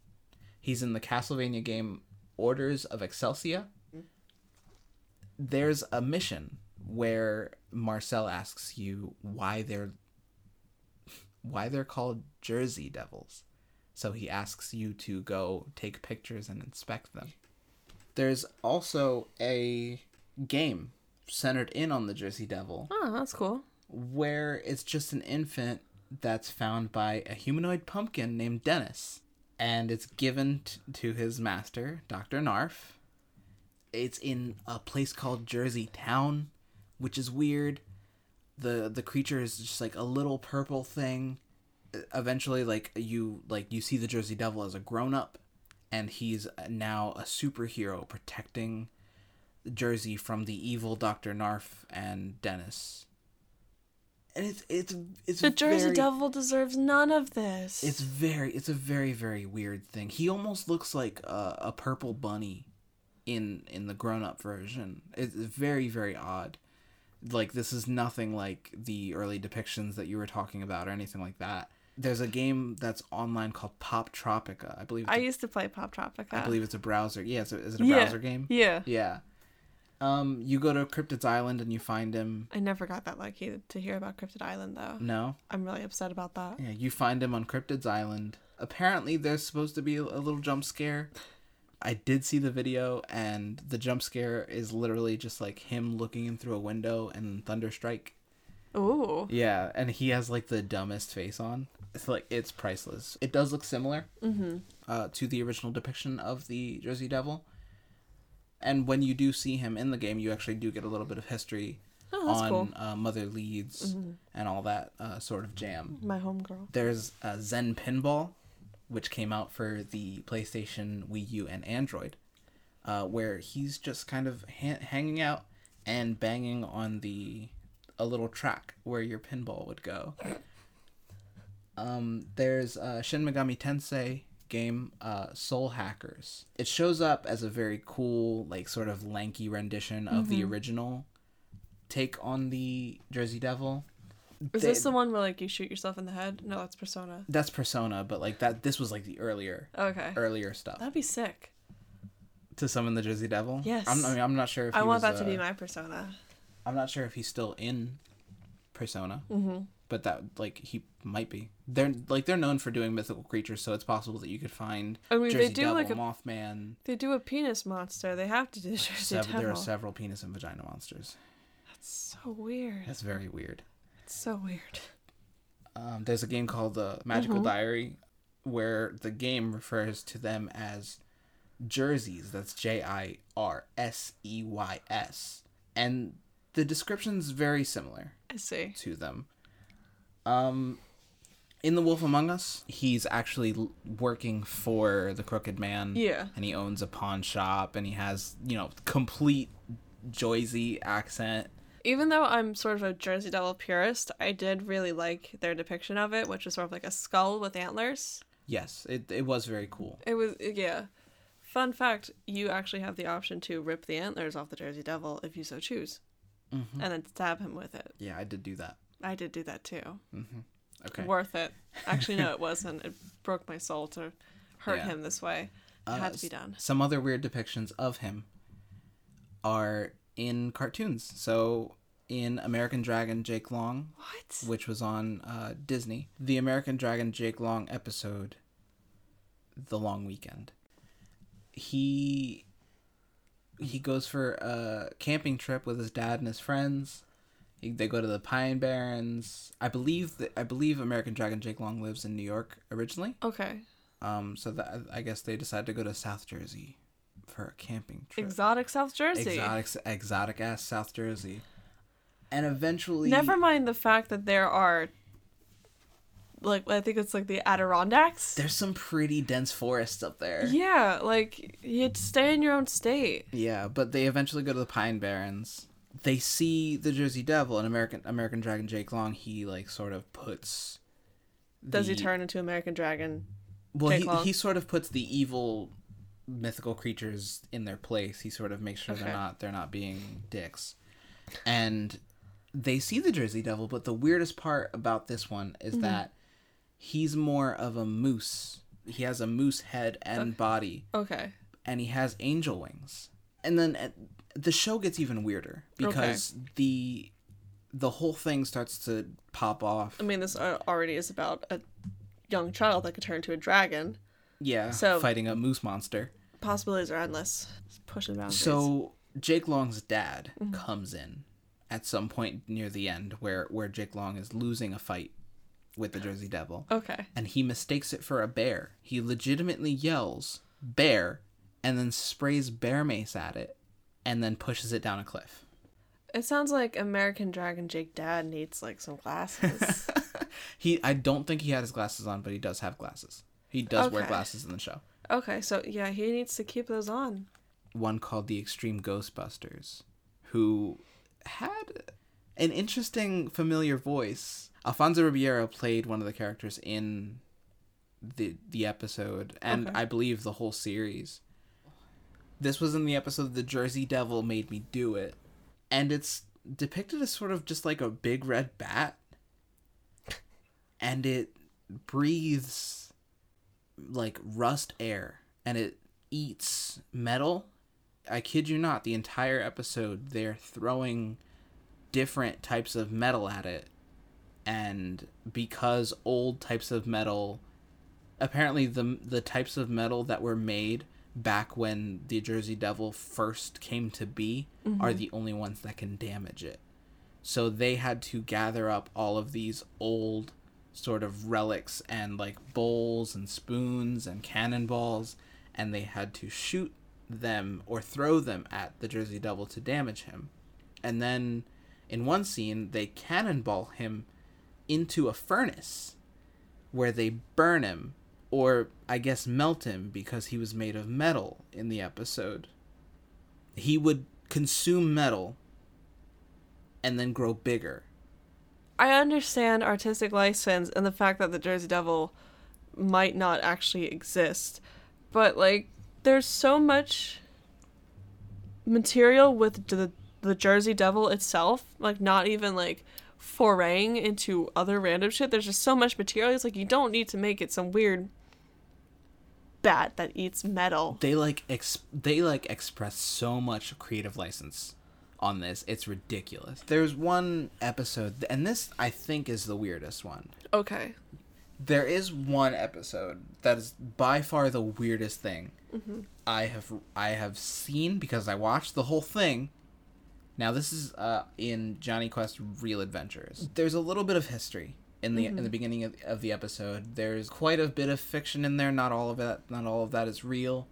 Speaker 1: He's in the Castlevania game Orders of Excelsia. There's a mission where Marcel asks you why they're why they're called Jersey Devils. So he asks you to go take pictures and inspect them. There's also a game centered in on the Jersey Devil
Speaker 2: Oh, that's cool.
Speaker 1: where it's just an infant that's found by a humanoid pumpkin named Dennis. And it's given t- to his master, Dr. Narf. It's in a place called Jersey Town, which is weird. The the creature is just like a little purple thing. E- Eventually like you like you see the Jersey Devil as a grown-up and he's now a superhero protecting Jersey from the evil Dr. Narf and Dennis and it's it's it's
Speaker 2: The Jersey
Speaker 1: very-
Speaker 2: Devil deserves none of this.
Speaker 1: It's very it's a very very weird thing. He almost looks like a, a purple bunny in in the grown up version. It's very very odd. Like this is nothing like the early depictions that you were talking about or anything like that. There's a game that's online called Pop Tropica. I believe
Speaker 2: I
Speaker 1: it's a,
Speaker 2: used to play Pop Tropica.
Speaker 1: I believe it's a browser. Yeah, it's a, is it a
Speaker 2: Yeah.
Speaker 1: browser game?
Speaker 2: Yeah.
Speaker 1: Yeah. Um, you go to Cryptid's Island and you find him.
Speaker 2: I never got that lucky to hear about Cryptid Island though.
Speaker 1: No.
Speaker 2: I'm really upset about that.
Speaker 1: Yeah, you find him on Cryptid's Island. Apparently, there's supposed to be a a little jump scare. I did see the video, and the jump scare is literally just like him looking in through a window and Thunderstrike.
Speaker 2: Ooh.
Speaker 1: Yeah, and he has like the dumbest face on. It's like it's priceless. It does look similar
Speaker 2: Mm-hmm.
Speaker 1: uh, to the original depiction of the Jersey Devil. And when you do see him in the game, you actually do get a little bit of history
Speaker 2: Oh, that's
Speaker 1: on
Speaker 2: cool. Mm-hmm.
Speaker 1: uh, Mother Leeds and all that uh, sort of jam.
Speaker 2: My homegirl.
Speaker 1: There's uh, Zen Pinball, which came out for the PlayStation, Wii U, and Android, uh, where he's just kind of ha- hanging out and banging on the a little track where your pinball would go. Um, there's uh, Shin Megami Tensei game uh, Soul Hackers. It shows up as a very cool, like sort of lanky rendition of
Speaker 2: Mm-hmm.
Speaker 1: the original take on the Jersey Devil.
Speaker 2: Is
Speaker 1: They-
Speaker 2: this the one where like you shoot yourself in the head? No, that's Persona.
Speaker 1: that's persona but like that this was like the earlier
Speaker 2: Okay.
Speaker 1: earlier stuff
Speaker 2: That'd be sick.
Speaker 1: to summon the jersey devil
Speaker 2: Yes.
Speaker 1: i'm, I mean, I'm not sure if
Speaker 2: I
Speaker 1: he
Speaker 2: want
Speaker 1: was,
Speaker 2: that to be
Speaker 1: uh,
Speaker 2: my persona.
Speaker 1: i'm not sure if he's still in persona mm-hmm. but that like he might be they're like they're known for doing mythical creatures so it's possible that you could find
Speaker 2: I mean, they
Speaker 1: jersey
Speaker 2: Oh, do,
Speaker 1: devil
Speaker 2: like, a-
Speaker 1: mothman
Speaker 2: They do a penis monster. They have to do Jersey
Speaker 1: sev- there
Speaker 2: Devil.
Speaker 1: are several penis and vagina monsters
Speaker 2: so weird.
Speaker 1: that's very weird
Speaker 2: It's so weird. [LAUGHS]
Speaker 1: um, there's a game called the Magical Diary, where the game refers to them as jerseys. That's J I R S E Y S, and the description's very similar
Speaker 2: I see.
Speaker 1: to them. Um, in The Wolf Among Us, he's actually l- working for the Crooked Man.
Speaker 2: Yeah.
Speaker 1: and he owns a pawn shop, and he has you know complete Joyzy accent.
Speaker 2: Even though I'm sort of a Jersey Devil purist, I did really like their depiction of it, which was sort of like a skull with antlers.
Speaker 1: Yes, it it was very cool.
Speaker 2: It was uh, yeah. Fun fact, you actually have the option to rip the antlers off the Jersey Devil if you so choose.
Speaker 1: Mm-hmm.
Speaker 2: And then stab him with it.
Speaker 1: Yeah, I did do that.
Speaker 2: I did do that too.
Speaker 1: Okay.
Speaker 2: Worth it.
Speaker 1: [LAUGHS]
Speaker 2: Actually no it wasn't. It broke my soul to hurt
Speaker 1: Yeah.
Speaker 2: him this way. It
Speaker 1: Uh,
Speaker 2: had to be
Speaker 1: s-
Speaker 2: done.
Speaker 1: Some other weird depictions of him are in cartoons. So in American Dragon Jake Long,
Speaker 2: What?
Speaker 1: which was on uh, Disney, the American Dragon Jake Long episode, The Long Weekend. He he goes for a camping trip with his dad and his friends. He, they go to the Pine Barrens. I believe that I believe American Dragon Jake Long lives in New York originally.
Speaker 2: Okay.
Speaker 1: Um, so that I guess they decided to go to South Jersey for a camping trip.
Speaker 2: Exotic South Jersey.
Speaker 1: Exotic, exotic ass South Jersey, and eventually,
Speaker 2: Never mind the fact that there are like I think it's like the Adirondacks.
Speaker 1: There's some pretty dense forests up there. Yeah.
Speaker 2: Yeah, like you'd stay in your own state.
Speaker 1: but they eventually go to the Pine Barrens. They see the Jersey Devil and American American Dragon Jake Long. He like sort of puts.
Speaker 2: Does he
Speaker 1: the-
Speaker 2: turn into American Dragon?
Speaker 1: Well,
Speaker 2: Jake
Speaker 1: he,
Speaker 2: Long?
Speaker 1: he sort of puts the evil mythical creatures in their place. He sort of makes sure
Speaker 2: Okay.
Speaker 1: they're not they're not being dicks. And they see the Jersey Devil, but the weirdest part about this one is
Speaker 2: Mm-hmm.
Speaker 1: that he's more of a moose. He has a moose head and body,
Speaker 2: Okay.
Speaker 1: and he has angel wings. And then uh, the show gets even weirder because the the whole thing starts to pop off.
Speaker 2: I mean, this al- already is about a young child that could turn into a dragon.
Speaker 1: Yeah,
Speaker 2: So-
Speaker 1: fighting a moose monster.
Speaker 2: Possibilities are endless. It's pushing boundaries.
Speaker 1: So Jake Long's dad comes in at some point near the end where where Jake Long is losing a fight with the Jersey Devil
Speaker 2: okay,
Speaker 1: and he mistakes it for a bear. He legitimately yells bear and then sprays bear mace at it and then pushes it down a cliff.
Speaker 2: it sounds like American Dragon Jake Dad needs like some glasses.
Speaker 1: He I don't think he had his glasses on, but he does have glasses. He does wear
Speaker 2: Okay.
Speaker 1: glasses in the show.
Speaker 2: okay, so yeah, he needs to keep those on.
Speaker 1: One called the Extreme Ghostbusters who had an interesting familiar voice. Alfonso Ribeiro played one of the characters in the the episode and
Speaker 2: Okay.
Speaker 1: I believe the whole series. This was in the episode The Jersey Devil Made Me Do It. And it's depicted as sort of just like a big red bat. And it breathes like rust air and it eats metal. I kid you not, the entire episode they're throwing different types of metal at it. And because old types of metal apparently the the types of metal that were made back when the Jersey Devil first came to be are the only ones that can damage it. So they had to gather up all of these old sort of relics and like bowls and spoons and cannonballs and they had to shoot them or throw them at the Jersey Devil to damage him. And then in one scene they cannonball him into a furnace where they burn him or I guess melt him because he was made of metal in the episode. He would consume metal and then grow bigger.
Speaker 2: I understand artistic license and the fact that the Jersey Devil might not actually exist, but like there's so much material with the the Jersey Devil itself, like not even like foraying into other random shit. There's just so much material. It's like you don't need to make it some weird bat that eats metal.
Speaker 1: They like ex- they like express so much creative license on this. It's ridiculous. There's one episode and this I think is the weirdest one.
Speaker 2: Okay.
Speaker 1: There is one episode that is by far the weirdest thing I have I have seen because I watched the whole thing. Now this is uh, in Johnny Quest Real Adventures. There's a little bit of history in the in the beginning of, of the episode. There's quite a bit of fiction in there. Not all of that not all of that is real.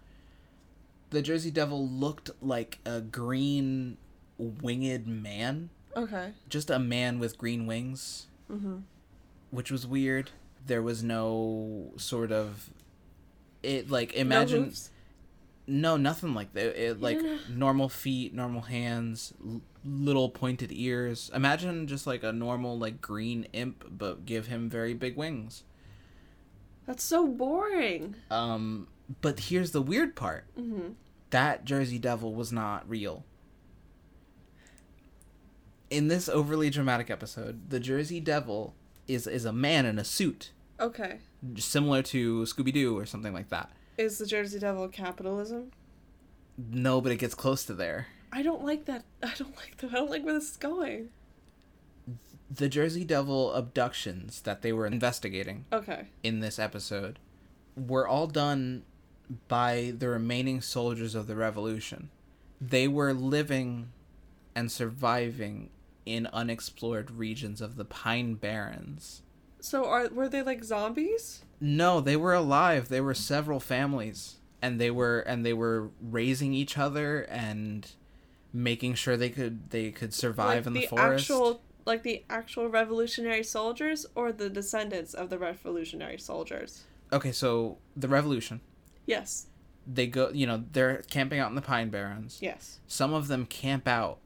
Speaker 1: The Jersey Devil looked like a green winged man
Speaker 2: Okay.
Speaker 1: just a man with green wings, which was weird. There was no sort of it like imagine
Speaker 2: No
Speaker 1: no, nothing like that. It, like normal feet, normal hands, l- little pointed ears. Imagine just like a normal like green imp, but give him very big wings.
Speaker 2: That's so boring. Mm-hmm.
Speaker 1: Um, but here's the weird part: that Jersey Devil was not real. In this overly dramatic episode, the Jersey Devil is is a man in a suit,
Speaker 2: Okay.
Speaker 1: similar to Scooby Doo or something like that.
Speaker 2: Is the Jersey Devil capitalism?
Speaker 1: No, but it gets close to there.
Speaker 2: I don't like that. [LAUGHS] I don't like that. I don't like where this is going.
Speaker 1: The Jersey Devil abductions that they were investigating
Speaker 2: Okay.
Speaker 1: in this episode were all done by the remaining soldiers of the revolution. They were living and surviving in unexplored regions of the Pine Barrens.
Speaker 2: So are were they like zombies?
Speaker 1: No, they were alive. They were several families and they were and they were raising each other and making sure they could they could survive
Speaker 2: like
Speaker 1: in the, forest.
Speaker 2: actual like the actual revolutionary soldiers or the descendants of the revolutionary soldiers?
Speaker 1: Okay, so the revolution.
Speaker 2: Yes.
Speaker 1: They go, you know, they're camping out in the Pine Barrens.
Speaker 2: Yes.
Speaker 1: some of them camp out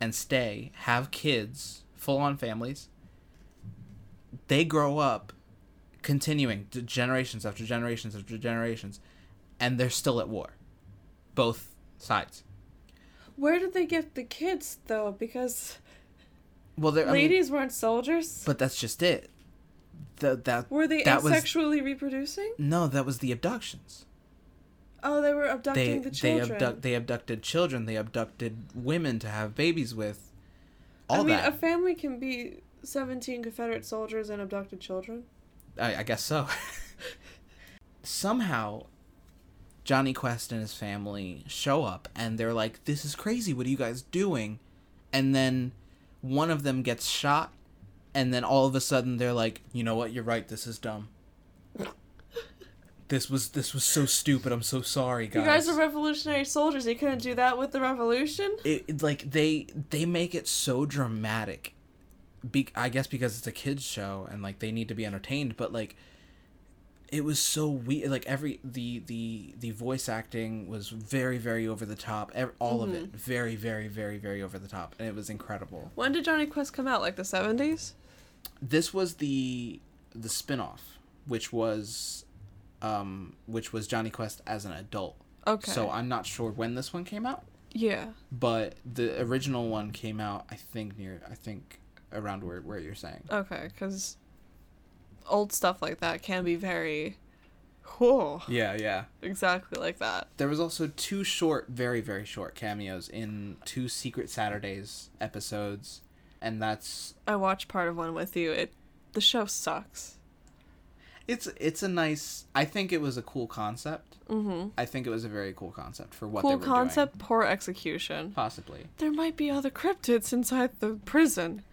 Speaker 1: and stay, have kids, full on families. They grow up, continuing to generations after generations after generations, and they're still at war. Both sides.
Speaker 2: Where did they get the kids though? Because
Speaker 1: Well, they're, I mean,
Speaker 2: ladies weren't soldiers.
Speaker 1: but that's just it. That that
Speaker 2: were they
Speaker 1: that was
Speaker 2: asexually reproducing?
Speaker 1: no, that was the abductions.
Speaker 2: Oh, they were abducting
Speaker 1: They
Speaker 2: the
Speaker 1: they
Speaker 2: children.
Speaker 1: abduct they abducted children. They abducted women to have babies with. All
Speaker 2: I mean,
Speaker 1: that.
Speaker 2: a family can be seventeen Confederate soldiers and abducted children.
Speaker 1: I, I guess so. Somehow, Johnny Quest and his family show up and they're like, This is crazy. What are you guys doing? And then one of them gets shot, and then all of a sudden they're like, You know what? You're right. This is dumb. This was this was so stupid. I'm so sorry, guys.
Speaker 2: You guys are revolutionary soldiers. You couldn't do that with the revolution.
Speaker 1: it, it- like they they make it so dramatic be- i guess because it's a kids show and like they need to be entertained but like it was so weird like every the the the voice acting was very very over the top ev- all of it very very very very over the top and it was incredible
Speaker 2: When did Johnny Quest come out? Like the 70s?
Speaker 1: this was the the spin-off which was um which was johnny quest as an adult
Speaker 2: Okay.
Speaker 1: so i'm not sure when this one came out
Speaker 2: yeah.
Speaker 1: but the original one came out i think near i think around where, where you're saying
Speaker 2: Okay, cuz old stuff like that can be very Whoa.
Speaker 1: yeah yeah
Speaker 2: Exactly like that.
Speaker 1: there was also two short very very short cameos in two secret saturdays episodes and that's
Speaker 2: I watched part of one with you. It the show sucks.
Speaker 1: it's it's a nice i think it was a cool concept
Speaker 2: Mhm.
Speaker 1: i think it was a very cool concept for what they
Speaker 2: Cool
Speaker 1: were
Speaker 2: concept, poor execution.
Speaker 1: doing possibly
Speaker 2: There might be other cryptids inside the prison.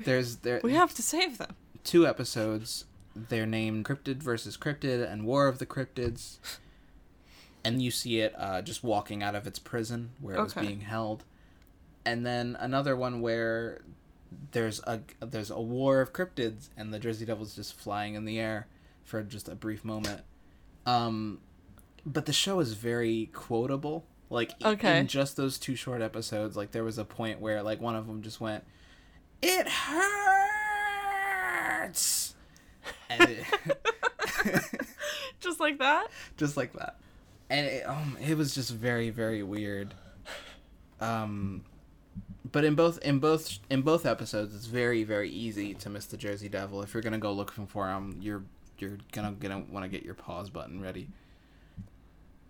Speaker 1: there's there
Speaker 2: We have to save them. [LAUGHS]
Speaker 1: two episodes. They're named Cryptid versus Cryptid and War of the Cryptids. And you see it uh, just walking out of its prison where it was
Speaker 2: Okay.
Speaker 1: being held. And then another one where there's a there's a war of cryptids and the Jersey Devil's just flying in the air for just a brief moment. Um, but the show is very quotable. Like e-
Speaker 2: Okay.
Speaker 1: in just those two short episodes, like there was a point where like one of them just went, "It hurts," and it, [LAUGHS]
Speaker 2: Just like that?
Speaker 1: just like that. And it, um, it was just very very weird. Um, but in both in both in both episodes, it's very very easy to miss the Jersey Devil. If you're gonna go looking for him, you're you're gonna gonna want to get your pause button ready.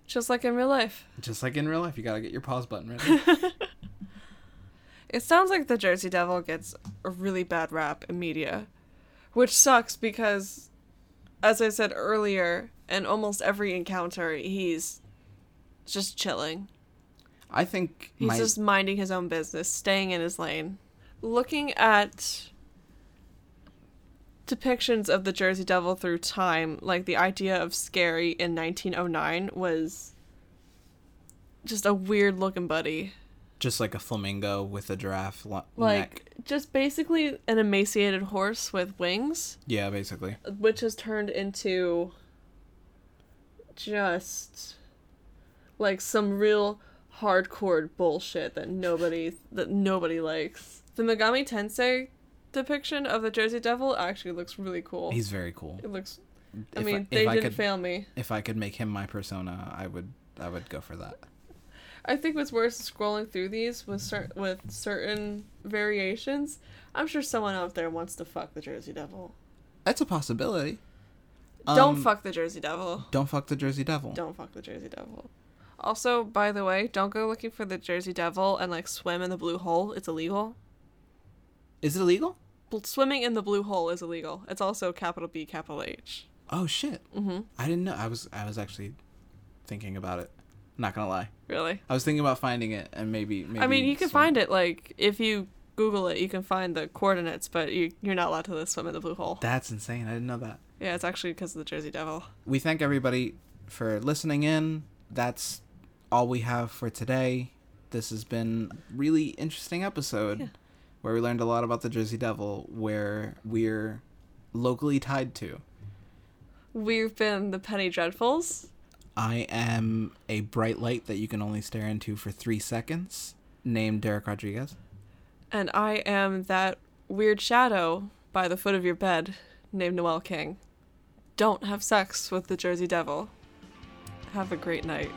Speaker 2: Just like in real life.
Speaker 1: Just like in real life, you gotta get your pause button
Speaker 2: [LAUGHS]
Speaker 1: ready.
Speaker 2: It sounds like the Jersey Devil gets a really bad rap in media, which sucks because, as I said earlier, in almost every encounter, he's just chilling.
Speaker 1: I think
Speaker 2: He's
Speaker 1: my
Speaker 2: just minding his own business, staying in his lane. Looking at depictions of the Jersey Devil through time, like the idea of Scary in 1909 was just a weird looking buddy.
Speaker 1: just like a flamingo with a giraffe lo-
Speaker 2: like
Speaker 1: neck.
Speaker 2: just basically an emaciated horse with wings
Speaker 1: Yeah, basically.
Speaker 2: which has turned into just like some real hardcore bullshit that nobody that nobody likes the megami tensei depiction of the jersey devil actually looks really cool
Speaker 1: He's very cool.
Speaker 2: it looks i
Speaker 1: If
Speaker 2: mean
Speaker 1: if
Speaker 2: they didn't
Speaker 1: could,
Speaker 2: fail me
Speaker 1: If I could make him my persona, I would. I would go for that.
Speaker 2: I think what's worse is scrolling through these with cer- with certain variations. I'm sure someone out there wants to fuck the Jersey Devil.
Speaker 1: That's a possibility.
Speaker 2: Don't
Speaker 1: Um,
Speaker 2: fuck the Jersey Devil.
Speaker 1: Don't fuck the Jersey Devil.
Speaker 2: Don't fuck the Jersey Devil. Also, by the way, don't go looking for the Jersey Devil and like swim in the blue hole. It's illegal.
Speaker 1: Is it illegal?
Speaker 2: Bl- Swimming in the blue hole is illegal. It's also capital B, capital H.
Speaker 1: Oh shit! Mm-hmm. I didn't know. I was. I was actually thinking about it. Not gonna lie.
Speaker 2: Really?
Speaker 1: I was thinking about finding it and maybe. maybe
Speaker 2: I mean, you can
Speaker 1: some-
Speaker 2: find it like if you Google it, you can find the coordinates, but you you're not allowed to swim in the blue hole.
Speaker 1: That's insane. I didn't know that.
Speaker 2: Yeah, it's actually because of the Jersey Devil.
Speaker 1: we thank everybody for listening in. That's all we have for today. This has been a really interesting episode
Speaker 2: Yeah.
Speaker 1: where we learned a lot about the Jersey Devil, where we're locally tied to.
Speaker 2: We've been the Penny Dreadfuls.
Speaker 1: I am a bright light that you can only stare into for three seconds, named Derek Rodriguez.
Speaker 2: And I am that weird shadow by the foot of your bed named Noel King. Don't have sex with the Jersey Devil. Have a great night.